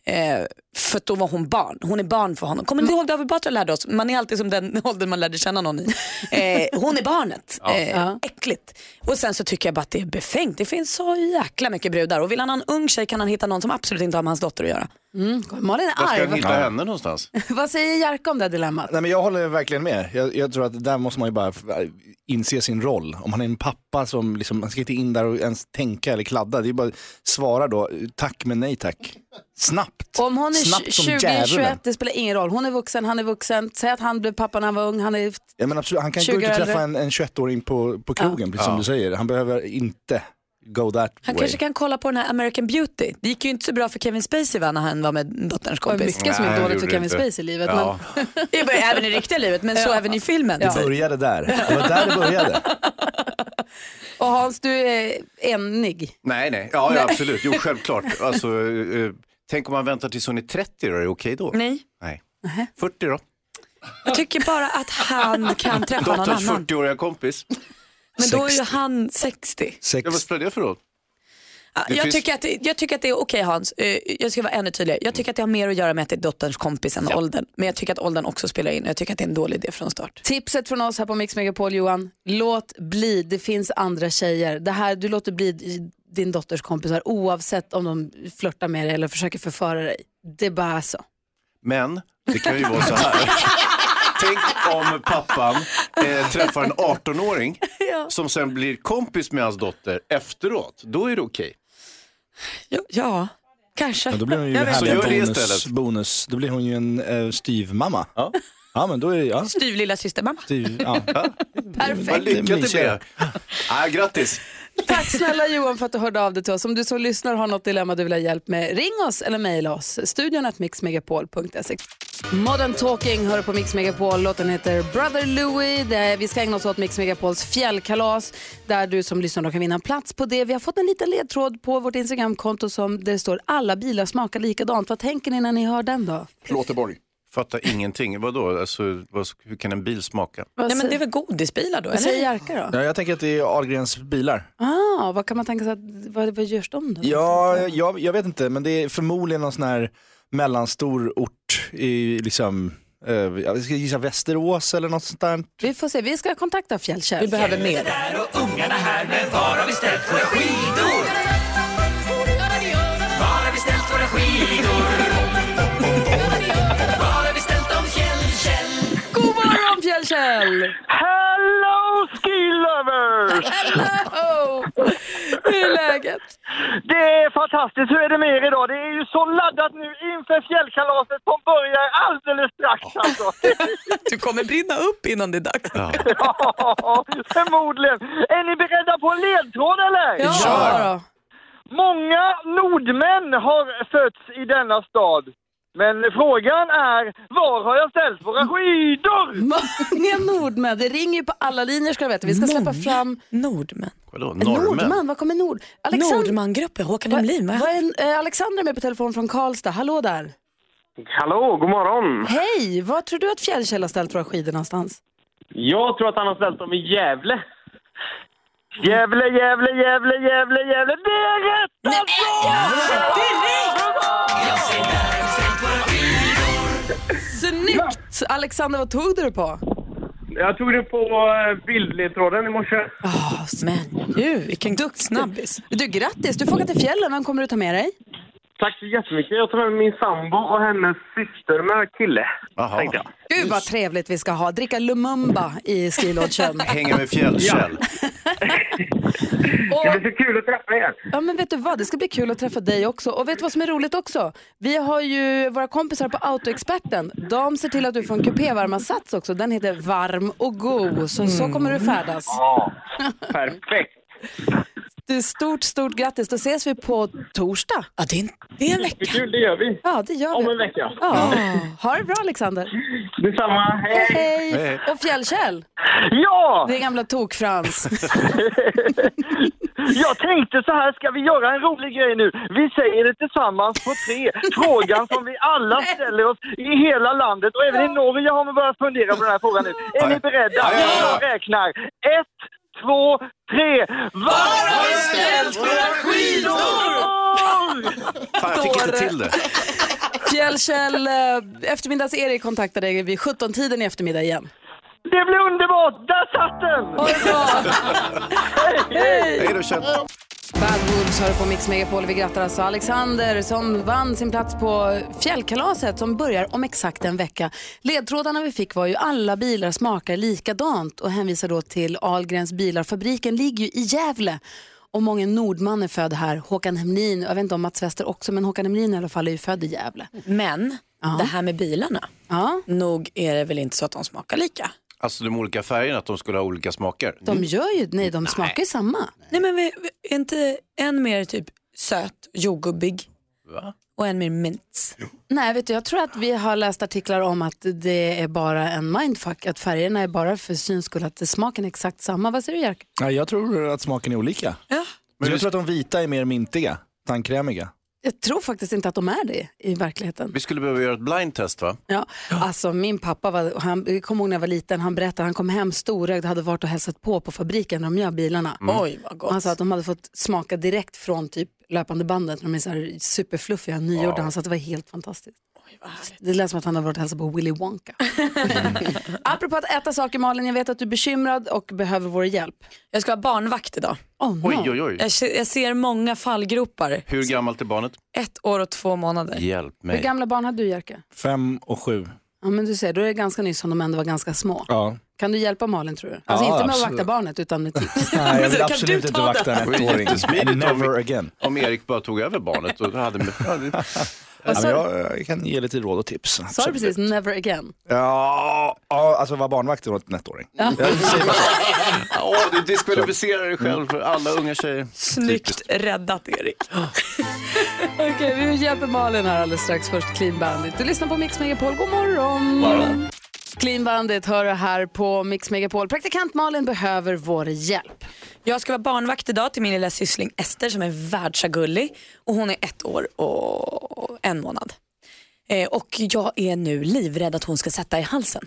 Eh, för att då var hon barn, hon är barn för honom. Kommer ni ihåg David Batra lärde oss? Man är alltid som den åldern man lärde känna någon i. Eh, hon är barnet, Ja. eh, Ja. äckligt. Och sen så tycker jag bara att det är befängt, det finns så jäkla mycket brudar. Och vill han ha en ung tjej kan han hitta någon som absolut inte har med hans dotter att göra. Mm, Malin är Var ska arg. han hitta Vad- henne någonstans? Vad säger Jerka om det här dilemmat? Nej, men jag håller verkligen med. Jag, jag tror att där måste man ju bara f- inse sin roll. Om han är en pappa som liksom, man ska inte in där och ens tänka eller kladda. Det är bara att svara då, tack men nej tack. Snabbt. Om hon är Snabbt som 20-21, djävulen. det spelar ingen roll. Hon är vuxen, han är vuxen. Säg att han blev pappa när han var ung, han är... Ja, men absolut, han kan 20 gå ut och eller- träffa en, en 21-åring på, på Ja. krogen, precis som Ja. du säger. Han behöver inte go that Han way. kanske kan kolla på den här American Beauty. Det gick ju inte så bra för Kevin Spacey va, när han var med dotterns Det var kompis. mycket som är Nej, dåligt det för gjorde Kevin inte. Spacey i livet. Ja. Det var även i riktiga livet men så även i filmen. Det började där. Det var där det började. Men, och Hans, du är enig. Nej, nej, ja, ja absolut, jo självklart. Alltså, eh, tänk om man väntar tills hon är 30 då, är det okej då? Nej. nej. 40 då? Jag tycker bara att han kan träffa någon Dotterns annan. 40-åriga kompis. Men då är ju han 60. Ja, vad spelar det för roll? Ja, Det Jag, finns- tycker att, det- jag tycker att det är okej Hans, Eh, jag ska vara ännu tydligare. Jag tycker att det har mer att göra med att det är dotterns kompis än åldern. Men jag tycker att åldern också spelar in och jag tycker att det är en dålig idé från start. Tipset från oss här på Mix Megapol, Johan. Låt bli, det finns andra tjejer. Det här, du låter bli din dotters kompisar oavsett om de flörtar med dig eller försöker förföra dig. Det är bara så. Men det kan ju vara så här. Tänk om pappan eh, träffar en 18-åring som sen blir kompis med hans dotter efteråt. Då är det okej. Ja, ja kanske. Ja, då blir hon ju Jag vet härlig inte. Så gör det bonus, istället. bonus. Då blir hon ju en eh, styvmamma. Ja. ja, men då är det... Ja. Styv lilla systermamma. Styv, ja. Vad Perfekt. lyckat det mysigare. blev. Ah, grattis. Tack snälla Johan för att du hörde av dig till oss. Om du som lyssnar har något dilemma du vill ha hjälp med, ring oss eller mejla oss. Studion at mixmegapol.se. Modern Talking hör på Mix Megapol. Låten heter Brother Louie. Det är- Vi ska ägna oss åt Mix Megapols fjällkalas där du som lyssnar då kan vinna en plats på det. Vi har fått en liten ledtråd på vårt Instagramkonto som där det står alla bilar smakar likadant. Vad tänker ni när ni hör den då? Plåterborg. Fattar ingenting. Vadå? Alltså, vad, hur kan en bil smaka? Nej, men det är väl godisbilar då? Vad eller? säger Jerka då? Ja, jag tänker att det är Ahlgrens bilar. Ah, vad kan man tänka sig? Att, vad, vad görs de då? Ja, jag, jag vet inte, men det är förmodligen någon sån här mellanstor ort i liksom, eh, jag ska gissa Västerås eller något sånt där. Vi får se. Vi ska kontakta Fjällkäll. Vi behöver mer. Ungarna här, men var har vi ställt våra skidor? Var har vi ställt våra skidor? Var har vi ställt dem, Fjäll, Kjell? God morgon Fjällkäll! Hello skilovers! Hello! Hur är läget? Det är fantastiskt. Hur är det med er idag? Det är ju så laddat nu inför fjällkalaset som börjar alldeles strax alltså. Du kommer brinna upp innan det är dags. Ja, förmodligen. Är ni beredda på en ledtråd eller? Ja. Ja då. Många nordmän har fötts i denna stad. Men frågan är, var har jag ställt våra skidor? Många nordmän. Det ringer ju på alla linjer ska du veta. Vi ska släppa fram Nordmän. Vadå? Nordman. Var kommer Nord? Nordmangruppen, Håkan Hemlin. Va, va? vad är, eh, Alexander är med på telefon från Karlstad. Hallå där. Hallå, god morgon! Hej! Var tror du att Fjällkäll har ställt våra skidor någonstans? Jag tror att han har ställt dem i Gävle. Gävle, Gävle, Gävle, Gävle, Gävle. Det är rätt! Snyggt! Alexander, vad tog du det på? Jag tog det på eh, bildledtråden i morse. men gud, vilken duktig snabbis. Du, grattis! Du får åka till fjällen. Vem kommer du ta med dig? Tack så jättemycket. Jag tar med min sambo och hennes syster med kille. Tänkte jag. Gud vad trevligt vi ska ha. Dricka Lumumba i skilodgen. Hänger med fjällkäll. Det blir så kul att träffa er. Ja men vet du vad, det ska bli kul att träffa dig också. Och vet du vad som är roligt också? Vi har ju våra kompisar på Autoexperten. De ser till att du får en kupévärmarsats också. Den heter Varm och god. Så, så kommer du färdas. Mm. Ja, perfekt. Du, stort, stort grattis. Då ses vi på torsdag. Ja, det är en, det är en vecka. Kul, det gör vi. Ja, det gör vi. Om en vecka. Ja. Ha det bra Alexander. Detsamma. Hej. Hej. Hej, hej. Och Fjällkäll. Ja! Det är gamla tok-Frans. Jag tänkte så här, ska vi göra en rolig grej nu? Vi säger det tillsammans på tre. Frågan som vi alla ställer oss i hela landet och även i Norge har man börjat fundera på den här frågan nu. Är ni beredda? Jag räknar. Ett, två, tre. Var har ställt våra skidor? Fan, jag fick inte till det. Fjällkäll, eh, eftermiddags-Erik kontaktade dig vid 17-tiden i eftermiddag igen. Det blir underbart! Där satt den! Ha det bra! Hej! Hej då, käll. Bad Wolves hör på Mix Megapol. Vi grattar alltså Alexander som vann sin plats på fjällkalaset som börjar om exakt en vecka. Ledtrådarna vi fick var ju alla bilar smakar likadant och hänvisar då till Ahlgrens bilar. Fabriken ligger ju i Gävle och många nordman är född här. Håkan Hemlin, jag vet inte om Mats Wester också, men Håkan Hemlin i alla fall är ju född i Gävle. Men det här med bilarna, nog är det väl inte så att de smakar lika? Alltså de olika färgerna, att de skulle ha olika smaker. Mm. De gör ju, nej de smakar ju samma. Mm. Nej men vi, vi, är inte en mer typ söt, jordgubbig och en mer mints? Nej, vet du, jag tror att vi har läst artiklar om att det är bara en mindfuck, att färgerna är bara för syns skull, att smaken är exakt samma. Vad säger du Jerker? Nej, jag tror att smaken är olika. Men jag tror att de vita är mer mintiga, tandkrämiga. Jag tror faktiskt inte att de är det i verkligheten. Vi skulle behöva göra ett blindtest va? Ja, alltså min pappa, var, han, jag kommer ihåg när jag var liten, han berättade, han kom hem storögd, hade varit och hälsat på på fabriken när de gör bilarna. Mm. Oj, vad gott. Och Han sa att de hade fått smaka direkt från typ löpande bandet, när de är så här superfluffiga, nygjorda. Han sa att det var helt fantastiskt. Det lät som att han hade varit och hälsat på Willy Wonka. Apropå att äta saker Malin, jag vet att du är bekymrad och behöver vår hjälp. Jag ska ha barnvakt idag. Oh, no. Oj, oj, oj. Jag, se- jag ser många fallgropar. Hur gammalt är barnet? Ett år och två månader. Hjälp Hur gamla barn har du Jerker? Fem och sju. Ja men du ser, då är det ganska nyss som de ändå var ganska små. Ja. Kan du hjälpa Malin tror du? Alltså Ja, inte med absolut. att vakta barnet utan med tips. Nej, jag Men vill kan du absolut inte ta vakta den? en Det vore ettåring. jättesmidigt om Never vi- again. Om Erik bara tog över barnet och hade... Alltså- ja, Ja, men jag, jag kan ge lite råd och tips. Sa du absolut. precis never again? Ja, ja, alltså vara barnvakt åt en ettåring. du diskvalificerar dig själv för alla unga tjejer. Snyggt räddat Erik. Okej, vi hjälper Malin här alldeles strax. Först Clean Bandit. Du lyssnar på Mix Megapol. God morgon! Morgon. Clean Bandit hör du här på Mix Megapol. Praktikant Malin behöver vår hjälp. Jag ska vara barnvakt idag till min lilla syssling Ester som är världsagullig och hon är ett år och en månad. Eh, och jag är nu livrädd att hon ska sätta i halsen.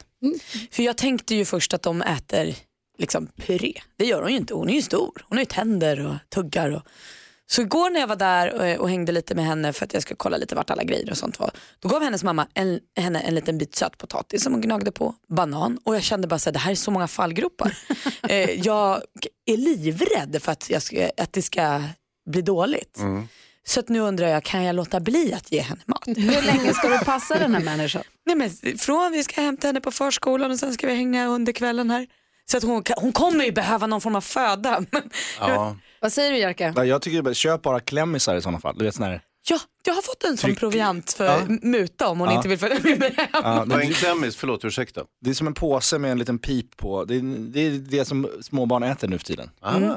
För jag tänkte ju först att de äter liksom puré. Det gör hon ju inte, hon är ju stor. Hon har ju tänder och tuggar. Och... Så igår när jag var där och, och hängde lite med henne för att jag skulle kolla lite vart alla grejer och sånt var. Då gav hennes mamma en, henne en liten bit sötpotatis som hon gnagde på, banan och jag kände bara så här, det här är så många fallgropar. eh, jag är livrädd för att, jag ska, att det ska bli dåligt. Mm. Så att nu undrar jag, kan jag låta bli att ge henne mat? Hur länge ska du passa den här människan? Nej, men från vi ska hämta henne på förskolan och sen ska vi hänga under kvällen här. Så att hon, kan- hon kommer ju behöva någon form av föda. men- Ja. Vad säger du Jerka? Ja, jag tycker bara, köp bara klämmisar i sådana fall. Du vet sån här. Ja, jag har fått en sån Tryck- proviant för Ja. muta om hon Ja. inte vill följa med mig hem. Ja, Vad är en klämmis? Förlåt, ursäkta. Det är som en påse med en liten pip på. Det är det, är det som småbarn äter nu för tiden. Ah. Mm.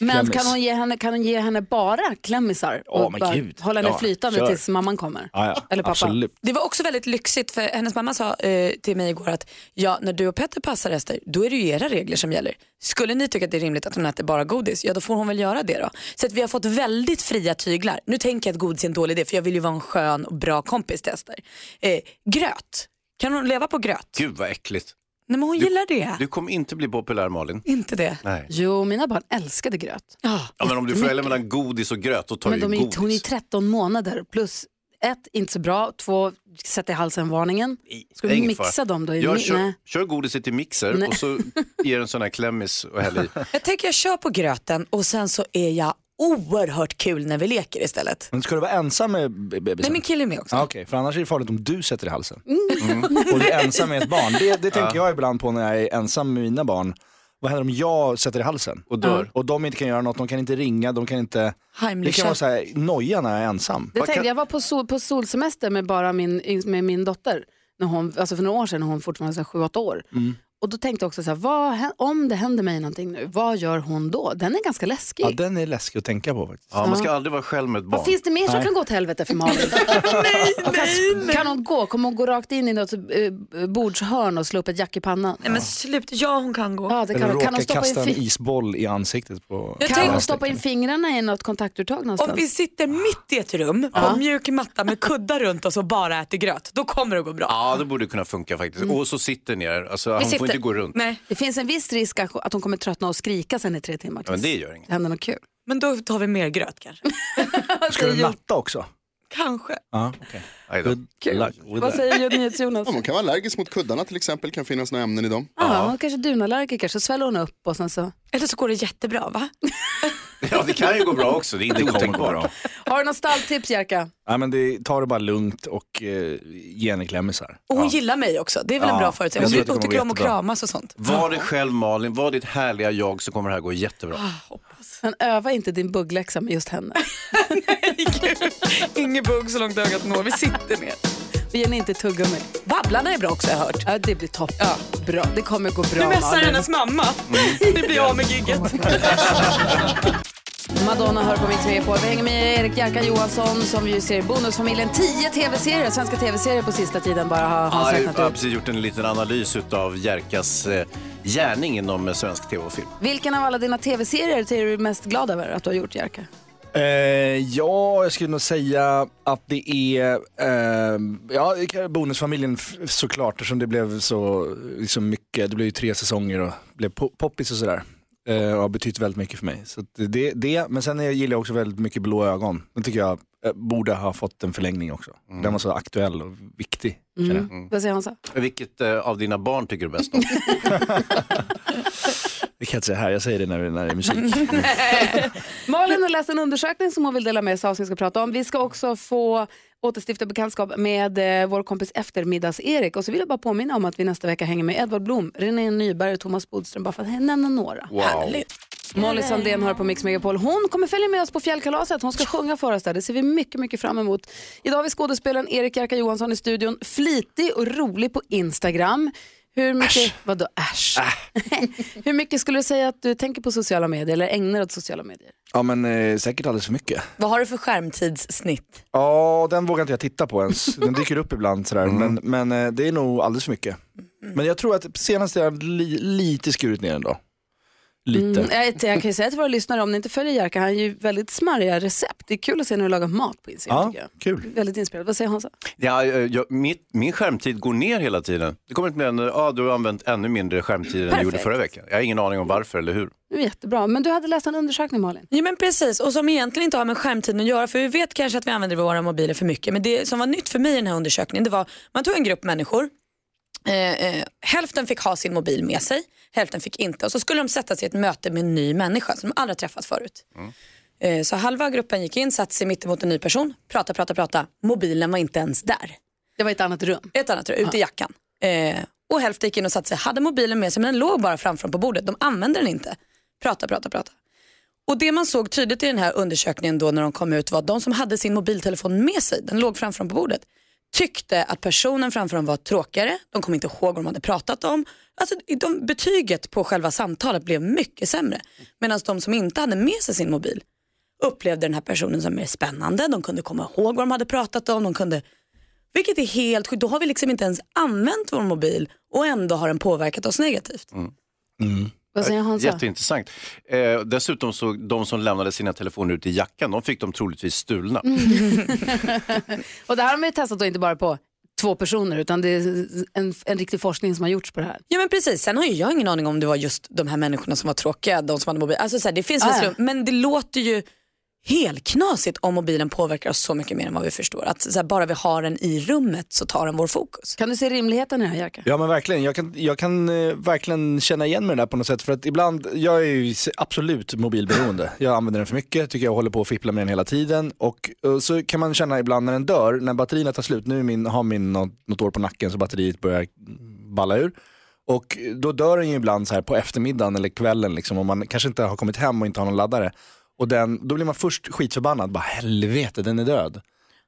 Men Klämmis. kan hon, ge henne, kan hon ge henne bara klämmisar? Åh, Och men bara gud. Hålla henne Ja, flytande kör. tills mamman kommer? Ja, ja. Eller pappa? Absolut. Det var också väldigt lyxigt för hennes mamma sa eh, till mig igår att ja, när du och Petter passar Ester, då är det ju era regler som gäller. Skulle ni tycka att det är rimligt att hon äter bara godis, ja då får hon väl göra det då. Så att vi har fått väldigt fria tyglar. Nu tänker jag att godis är en dålig idé för jag vill ju vara en skön och bra kompis till Ester. Eh, gröt, kan hon leva på gröt? Gud vad äckligt. Nej, men hon Du- gillar det. Du kommer inte bli populär Malin. Inte det. Nej. Jo, mina barn älskade gröt. Ja, men om du får välja mellan godis och gröt, då tar Men du de ju är, godis. hon är ju 13 månader plus ett, inte så bra, två, sätta i halsen varningen. Ska Det är vi ingen mixa fara. dem då? i Ja, mi- kör, nej. kör godiset i mixer Nej. och så ger en sån här klämmis och häll i. Jag tänker jag kör på gröten och sen så är jag oerhört kul när vi leker istället. Men ska du vara ensam med be- bebisen? Nej, min kille är med också. Ah, Okej, för annars är det farligt om du sätter i halsen. Mm. Mm. Och du är ensam med ett barn. Det, det tänker Ja. jag ibland på när jag är ensam med mina barn. Vad händer om jag sätter i halsen? Och dör. Och de inte kan göra något, de kan inte ringa, de kan inte... Det Heimlicher. kan vara så här, noja när jag är ensam. Det tänkte, jag var på, sol, på solsemester med bara min, yngst- med min dotter, när hon, alltså för några år sedan när hon fortfarande var 7-8 år. Mm. Och då tänkte jag också så här, vad, hä- om det händer mig någonting nu, vad gör hon då? Den är ganska läskig. Ja, den är läskig att tänka på faktiskt. Ja, man ska aldrig vara själv med ett barn. Vad finns det mer som Nej. kan gå åt helvete för Malin? Och kan, kan hon gå? Kommer hon gå rakt in i något eh, bordshörn och slå upp ett jack i pannan? Nej men sluta, ja hon kan gå. Ja, det kan, Eller hon. råka kan hon stoppa in kasta en fi- isboll i ansiktet på... kan hon stoppa in fingrarna i något kontaktuttag någonstans? Om vi sitter mitt i ett rum på en mjuk matta med kuddar runt oss och bara äter gröt, då kommer det gå bra. Ja, det borde kunna funka faktiskt. Och så sitter ner. Alltså, hon får inte gå runt. Nej. Det finns en viss risk att att hon kommer tröttna och skrika sen i tre timmar. Ja, men det gör inget. Det händer något kul. Men då tar vi mer gröt kanske. Ska du natta också? Kanske. Ja, okej. Good luck with that. NyhetsJonas? Om hon kan vara allergisk mot kuddarna till exempel, kan finnas några ämnen i dem. Ja, hon kanske är dunallergiker så sväller hon upp och sen så. Eller så går det jättebra va? Ja, det kan ju gå bra också. Det är inte Det kommer gå otänkbart. Har du något stalltips Jerka? Nej, men det, ta det bara lugnt och eh, ge henne klämmisar. Och hon gillar mig också, det är väl en Ja, bra jag förutsättning. tror Hon att det blir- kommer tycker gå om att jättebra. kramas och sånt. Var dig själv Malin, var ditt härliga jag så kommer det här gå jättebra. Ah, Ah, Men öva inte din buggläxa med just henne. Ingen bugg så långt ögat når, vi sitter ner. Vi ger inte tuggummi. Babblarna är bra också har jag hört. Ja, det blir toppen. Bra. Det kommer gå bra. Du mässar Malin. hennes mamma. Mm. Det blir av med gigget. Madonna hör på Mix Megapol. Vi hänger med Erik Jerka Johansson som ju ser Bonusfamiljen. 10 tv-serier, svenska tv-serier på sista tiden bara har Ja, han jag räknat har upp. precis gjort en liten analys av Jerkas eh, gärning inom eh, svensk tv och film. Vilken av alla dina tv-serier är du mest glad över att du har gjort Jerka? Eh, ja, jag skulle nog säga att det är eh, ja, det kan- Bonusfamiljen f- såklart eftersom det blev så liksom mycket. Det blev ju tre säsonger och blev po- poppis och sådär. Eh, och har betytt väldigt mycket för mig. Så att det, det, men sen är- gillar jag också väldigt mycket Blå ögon. Den tycker jag eh, borde ha fått en förlängning också. Den var så aktuell och viktig. känner jag. Vad säger Hansa? Vilket eh, av dina barn tycker du bäst om? Det kan jag inte säga här, jag säger det när, det- när det är musik. Malin har läst en undersökning som hon vill dela med sig av som vi ska prata om. Vi ska också få återstifta bekantskap med eh, vår kompis eftermiddags-Erik. Och så vill jag bara påminna om att vi nästa vecka hänger med Edvard Blom, René Nyberg och Thomas Bodström, bara för att nämna några. Wow. Härligt. Molly Sandén hör på Mix Megapol. Hon kommer följa med oss på fjällkalaset. Hon ska sjunga för oss där. Det ser vi mycket, mycket fram emot. Idag har vi skådespelaren Erik Jerka Johansson i studion. Flitig och rolig på Instagram. Hur mycket, vadå äsch? Hur mycket skulle du säga att du tänker på sociala medier eller ägnar åt sociala medier? Ja men eh, säkert alldeles för mycket. Vad har du för skärmtidssnitt? Ja, den vågar inte jag titta på ens. Den dyker upp ibland sådär. Men, men eh, det är nog alldeles för mycket. Mm. Men jag tror att senast har jag li, lite skurit ner ändå. Lite. Mm, jag, jag kan ju säga till våra lyssnare, om ni inte följer Jerka, han har ju väldigt smarriga recept. Det är kul att se när du lagar mat på Instagram Ja, tycker jag. Kul. Väldigt inspirerad. Vad säger Hansa? Ja, eh, jag, mitt, min skärmtid går ner hela tiden. Det kommer inte bli, ja, ah, du har använt ännu mindre skärmtid än du gjorde Perfekt. förra veckan. Jag har ingen aning om varför eller hur. Det är Jättebra, men du hade läst en undersökning Malin. Ja men precis, och som egentligen inte har med skärmtiden att göra för vi vet kanske att vi använder våra mobiler för mycket men det som var nytt för mig i den här undersökningen det var man tog en grupp människor Eh, eh, hälften fick ha sin mobil med sig, hälften fick inte. Och så skulle de sätta sig i ett möte med en ny människa som de aldrig har träffat förut. Mm. Eh, så halva gruppen gick in, satte sig mittemot en ny person, prata, prata, prata. Mobilen var inte ens där. Det var ett annat rum? Ett annat rum, ute i jackan. Eh, och hälften gick in och satte sig, hade mobilen med sig men den låg bara framför dem på bordet. De använde den inte. Prata, prata, prata. Och det man såg tydligt i den här undersökningen då när de kom ut var att de som hade sin mobiltelefon med sig, den låg framför dem på bordet, tyckte att personen framför dem var tråkigare, de kom inte ihåg vad de hade pratat om. Alltså, de, betyget på själva samtalet blev mycket sämre. Medan de som inte hade med sig sin mobil upplevde den här personen som mer spännande, de kunde komma ihåg vad de hade pratat om, de kunde vilket är helt sjukt, då har vi liksom inte ens använt vår mobil och ändå har den påverkat oss negativt. Mm. Vad säger Hansa? Mm. Jätteintressant. Eh, dessutom så de som lämnade sina telefoner ute i Mm. jackan, de fick de troligtvis stulna. och det här har man ju testat då inte bara på två personer utan det är en, en riktig forskning som har gjorts på det här. Ja men precis, sen har ju jag ingen aning om det var just de här människorna som var tråkiga, de som hade mobil. Alltså så här, det finns Ah, väl ja. slump, men det låter ju helt knasigt om mobilen påverkar oss så mycket mer än vad vi förstår. Att så här, bara vi har den i rummet så tar den vår fokus. Kan du se rimligheten i det här Jerka? Ja men verkligen, jag kan, jag kan eh, verkligen känna igen mig i det där på något sätt. För att ibland, jag är ju s- absolut mobilberoende. Jag använder den för mycket, tycker jag håller på att fippla med den hela tiden. Och, eh, så kan man känna ibland när den dör, när batterierna tar slut, nu är min, har min något, något år på nacken så batteriet börjar balla ur. Och då dör den ju ibland så här på eftermiddagen eller kvällen liksom, om man kanske inte har kommit hem och inte har någon laddare. Och den, då blir man först skitförbannad, bara helvete den är död.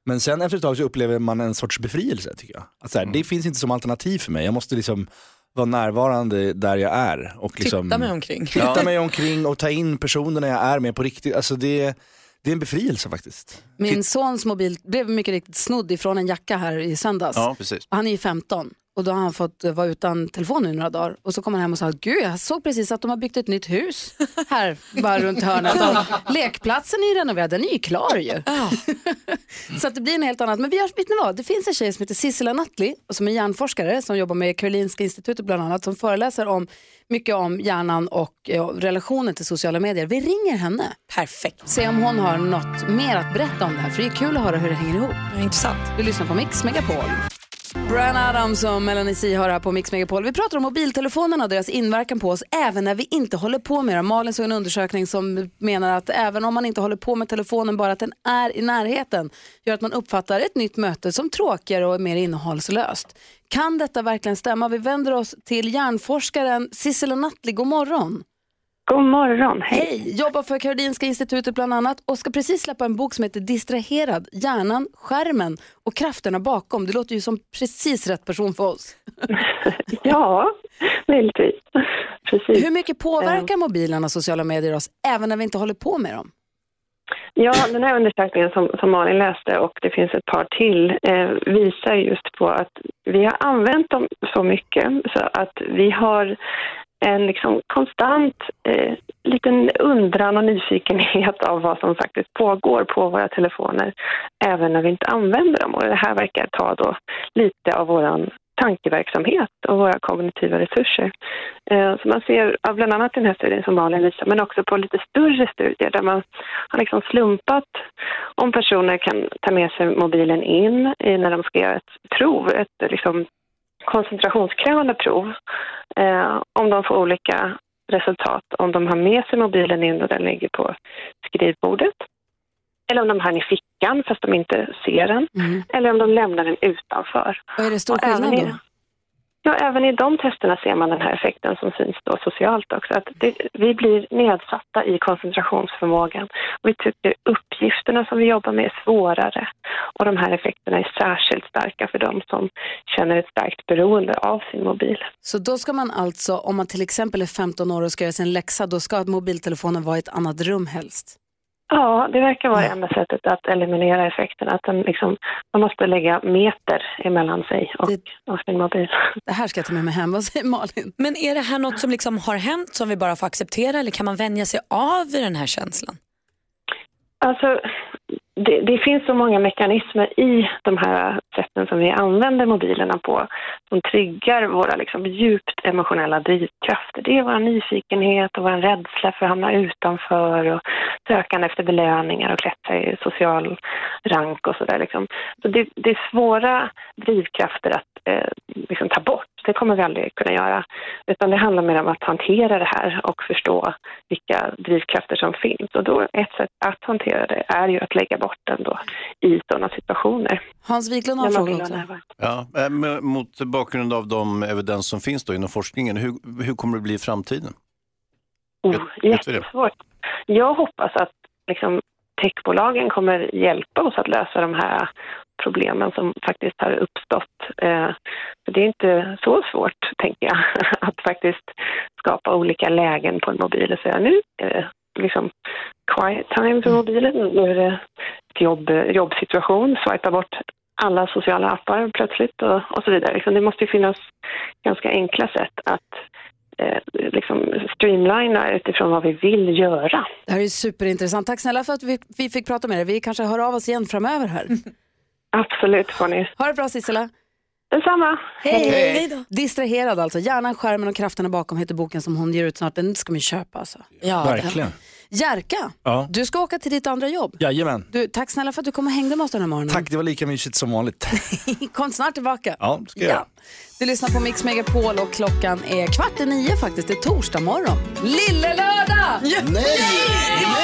Men sen efter ett tag så upplever man en sorts befrielse tycker jag. Att så här, Det finns inte som alternativ för mig, jag måste liksom vara närvarande där jag är. Och liksom, mig omkring. Titta Ja. mig omkring och ta in personerna jag är med på riktigt. Alltså det, det är en befrielse faktiskt. Min sons mobil blev mycket riktigt snodd ifrån en jacka här i söndags. Ja, precis. Och Han är ju 15 och då har han fått eh, vara utan telefon i några dagar. Och så kommer han hem och sa, gud jag såg precis att de har byggt ett nytt hus här bara runt hörnet. Och lekplatsen är ju renoverad, den är ju klar ju. så att det blir en helt annat. Men vi har, vet ni vad, det finns en tjej som heter Sissela Nattli och som är hjärnforskare som jobbar med Karolinska institutet bland annat som föreläser om mycket om hjärnan och eh, relationen till sociala medier. Vi ringer henne. Perfekt. Se om hon har något mer att berätta om det här för det är kul att höra hur det hänger ihop. intressant. Du lyssnar på Mix Megapol. Brian Adams och Melanie C har här på Mix Megapol. Vi pratar om mobiltelefonerna och deras inverkan på oss även när vi inte håller på med dem. Malin såg en undersökning som menar att även om man inte håller på med telefonen, bara att den är i närheten, gör att man uppfattar ett nytt möte som tråkigare och mer innehållslöst. Kan detta verkligen stämma? Vi vänder oss till hjärnforskaren Sissela Nattli. God morgon! God morgon, hej. Hej! Jobbar för Karolinska institutet bland annat och ska precis släppa en bok som heter Distraherad, hjärnan, skärmen och krafterna bakom. Det låter ju som precis rätt person för oss. Ja, möjligtvis. Precis. Eh. Hur mycket påverkar mobilerna och sociala medier oss även när vi inte håller på med dem? Ja, den här undersökningen som, som Malin läste och det finns ett par till eh, visar just på att vi har använt dem så mycket så att vi har en liksom konstant eh, liten undran och nyfikenhet av vad som faktiskt pågår på våra telefoner även när vi inte använder dem. Och det här verkar ta då lite av vår tankeverksamhet och våra kognitiva resurser. Eh, Så man ser av bland annat den här studien som Malin visar, men också på lite större studier där man har liksom slumpat om personer kan ta med sig mobilen in i- när de ska göra ett prov, ett liksom koncentrationskrävande prov, eh, om de får olika resultat, om de har med sig mobilen in och den ligger på skrivbordet, eller om de har den i fickan fast de inte ser den, eller om de lämnar den utanför. Och Mm. är det stor Och även skillnad i- då? Ja, även i de testerna ser man den här effekten som syns då socialt också. Att det, vi blir nedsatta i koncentrationsförmågan. Vi tycker uppgifterna som vi jobbar med är svårare. Och de här effekterna är särskilt starka för de som känner ett starkt beroende av sin mobil. Så då ska man alltså, om man till exempel är 15 år och ska göra sin läxa, då ska mobiltelefonen vara i ett annat rum helst. Ja, det verkar vara enda sättet att eliminera effekten. Att den liksom, man måste lägga meter emellan sig och, och sin mobil. Det här ska jag ta med mig hem. Vad säger Malin? Men är det här något som liksom har hänt som vi bara får acceptera eller kan man vänja sig av i den här känslan? Alltså, det, det finns så många mekanismer i de här sätten som vi använder mobilerna på som triggar våra liksom, djupt emotionella drivkrafter. Det är vår nyfikenhet och vår rädsla för att hamna utanför och sökande efter belöningar och klättra i social rank och sådär. Liksom. Så det, det är svåra drivkrafter att eh, liksom, ta bort. Det kommer vi aldrig kunna göra. Utan det handlar mer om att hantera det här och förstå vilka drivkrafter som finns. Och då ett sätt att hantera det är ju att lägga bort den då i sådana situationer. Hans Wiklund har en Ja, man fråga vill ha också. Ja, eh, men mot bakgrund av de evidens som finns då inom forskningen, hur, hur kommer det bli i framtiden? Oh, vet vi det? jättesvårt. Jag hoppas att liksom, techbolagen kommer hjälpa oss att lösa de här problemen som faktiskt har uppstått. Eh, för det är inte så svårt, tänker jag, att faktiskt skapa olika lägen på en mobil och säga nu är det liksom quiet time för Mm. mobilen, nu är det ett jobb, jobbsituation, swipa bort alla sociala appar plötsligt och, och så vidare. Liksom, det måste ju finnas ganska enkla sätt att eh, liksom streamlina utifrån vad vi vill göra. Det här är ju superintressant. Tack snälla för att vi, vi fick prata med dig. Vi kanske hör av oss igen framöver här. Absolut får ni. Ha det bra Sissela. Detsamma. Distraherad alltså. Hjärnan, skärmen och krafterna bakom heter boken som hon ger ut snart. Den ska man ju köpa alltså. Ja, Verkligen. Jerka, Ja. du ska åka till ditt andra jobb. Jajamän. Du, tack snälla för att du kom och hängde med oss den här morgonen. Tack, det var lika mysigt som vanligt. Kom snart tillbaka. Ja, det ska jag göra. Du lyssnar på Mix Megapol och klockan är kvart i nio faktiskt. Det är torsdag morgon. Lille lördag! Nej! Det var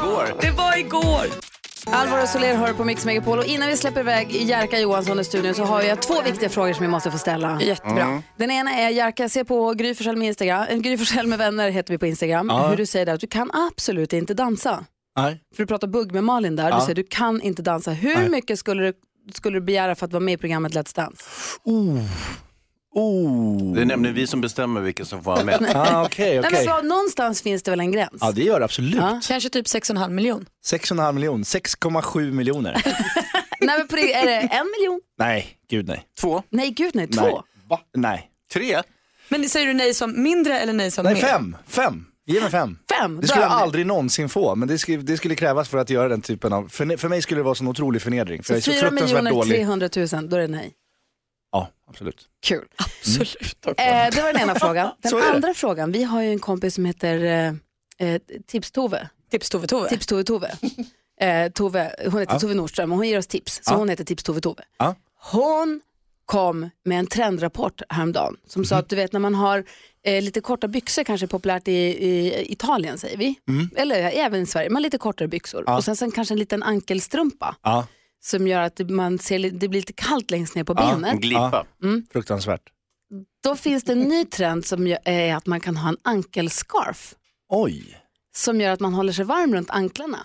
igår! Det var igår! Alvaro Soler hör på Mix Megapol och innan vi släpper iväg Jerka Johansson i studion så har jag två viktiga frågor som jag måste få ställa. Jättebra. Mm. Den ena är Jerka, jag ser på Gry Forssell med Instagram, eh, Gry Forssell med vänner heter vi på Instagram, Ja. hur du säger där att du kan absolut inte dansa. Nej. För du pratar bugg med Malin där, Ja. du säger du kan inte dansa. Hur Nej. mycket skulle du, skulle du begära för att vara med i programmet Let's Dance? Oh. Det är nämligen vi som bestämmer vilken som får vara med. Ah, okej, Nej, men så, någonstans finns det väl en gräns? Ja, det gör det absolut. Kanske typ 6,5 miljon. 6,5 miljoner, 6,7 miljoner. nej men på det, är det Eh, en miljon? nej, gud nej. Två? Nej gud nej, Nej. Va? Nej. Tre? Men säger du nej som mindre eller nej som Nej, mer? fem. Fem. Ge mig fem. Fem? Det skulle jag Dömd. aldrig någonsin få, men det skulle, det skulle krävas för att göra den typen av... För, för mig skulle det vara sån otrolig förnedring, för jag är så 4 fruktansvärt miljoner dålig. 300 000, då är det nej. Ja, absolut. Mm. Kul. Eh, det var den ena frågan. Den andra frågan, vi har ju en kompis som heter eh, eh, Tips-Tove. Tips-Tove-Tove. Tips-Tove-Tove. Eh, Tove, hon heter Ja. Tove Nordström och hon ger oss tips, så Ja. hon heter Tips-Tove-Tove. Ja. Hon kom med en trendrapport häromdagen som sa att du vet när man har eh, lite korta byxor kanske är populärt i, i Italien säger vi, Mm. eller även i Sverige, man har lite kortare byxor Ja. och sen, sen kanske en liten ankelstrumpa Ja. som gör att man ser, li- det blir lite kallt längst ner på Ja, benet. Ja. Fruktansvärt. Då finns det en ny trend som gör- är att man kan ha en ankelscarf. Oj, Som gör att man håller sig varm runt anklarna.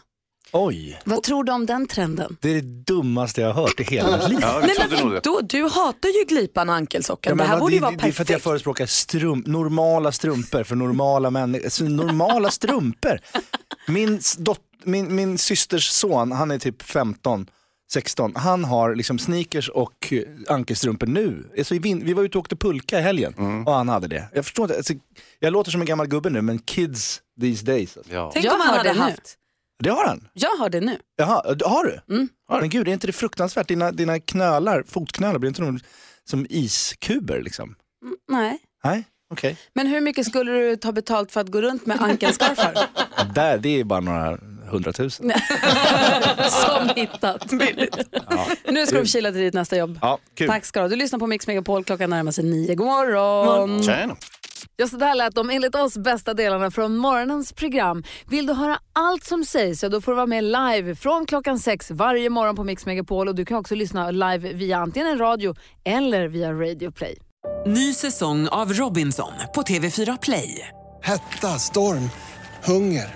oj. Vad tror du om den trenden? Det är det dummaste jag har hört i hela mitt liv. Nej, men då, du hatar ju glipan och ankelsockan. Ja, det men här vad- borde ju det, vara det är för att perfekt. jag förespråkar strump, normala strumpor för normala människor. Alltså, normala strumpor. Min, s- dot, min, min systers son, han är typ 15, 16. Han har liksom sneakers och eh, ankelstrumpor nu. Alltså, i vin- vi var ute och åkte pulka i helgen och han hade det. Jag förstår inte, alltså, jag låter som en gammal gubbe nu men kids these days. Alltså. Tänk Jag om han har hade det nu. haft. Det har han. Jag har det nu. Jaha, d- har du? Men gud, är inte det fruktansvärt? Dina, dina knölar, fotknölar, blir inte de som iskuber liksom? Nej. Nej, okej. Men hur mycket skulle du ta betalt för att gå runt med ankelscarfar? Där, det är bara några hundratusen. som hittat. Nu ska de kila till ditt nästa jobb. Ja, kul. Tack ska du ha. Du lyssnar på Mix Megapol, klockan närmar sig nio. God morgon! Tjena. Ja, så där lät de enligt oss bästa delarna från morgonens program. Vill du höra allt som sägs, ja, då får du vara med live från klockan sex varje morgon på Mix Megapol. Och du kan också lyssna live via antingen en radio eller via Radio Play. Ny säsong av Robinson på TV4 Play. Hetta, storm, hunger.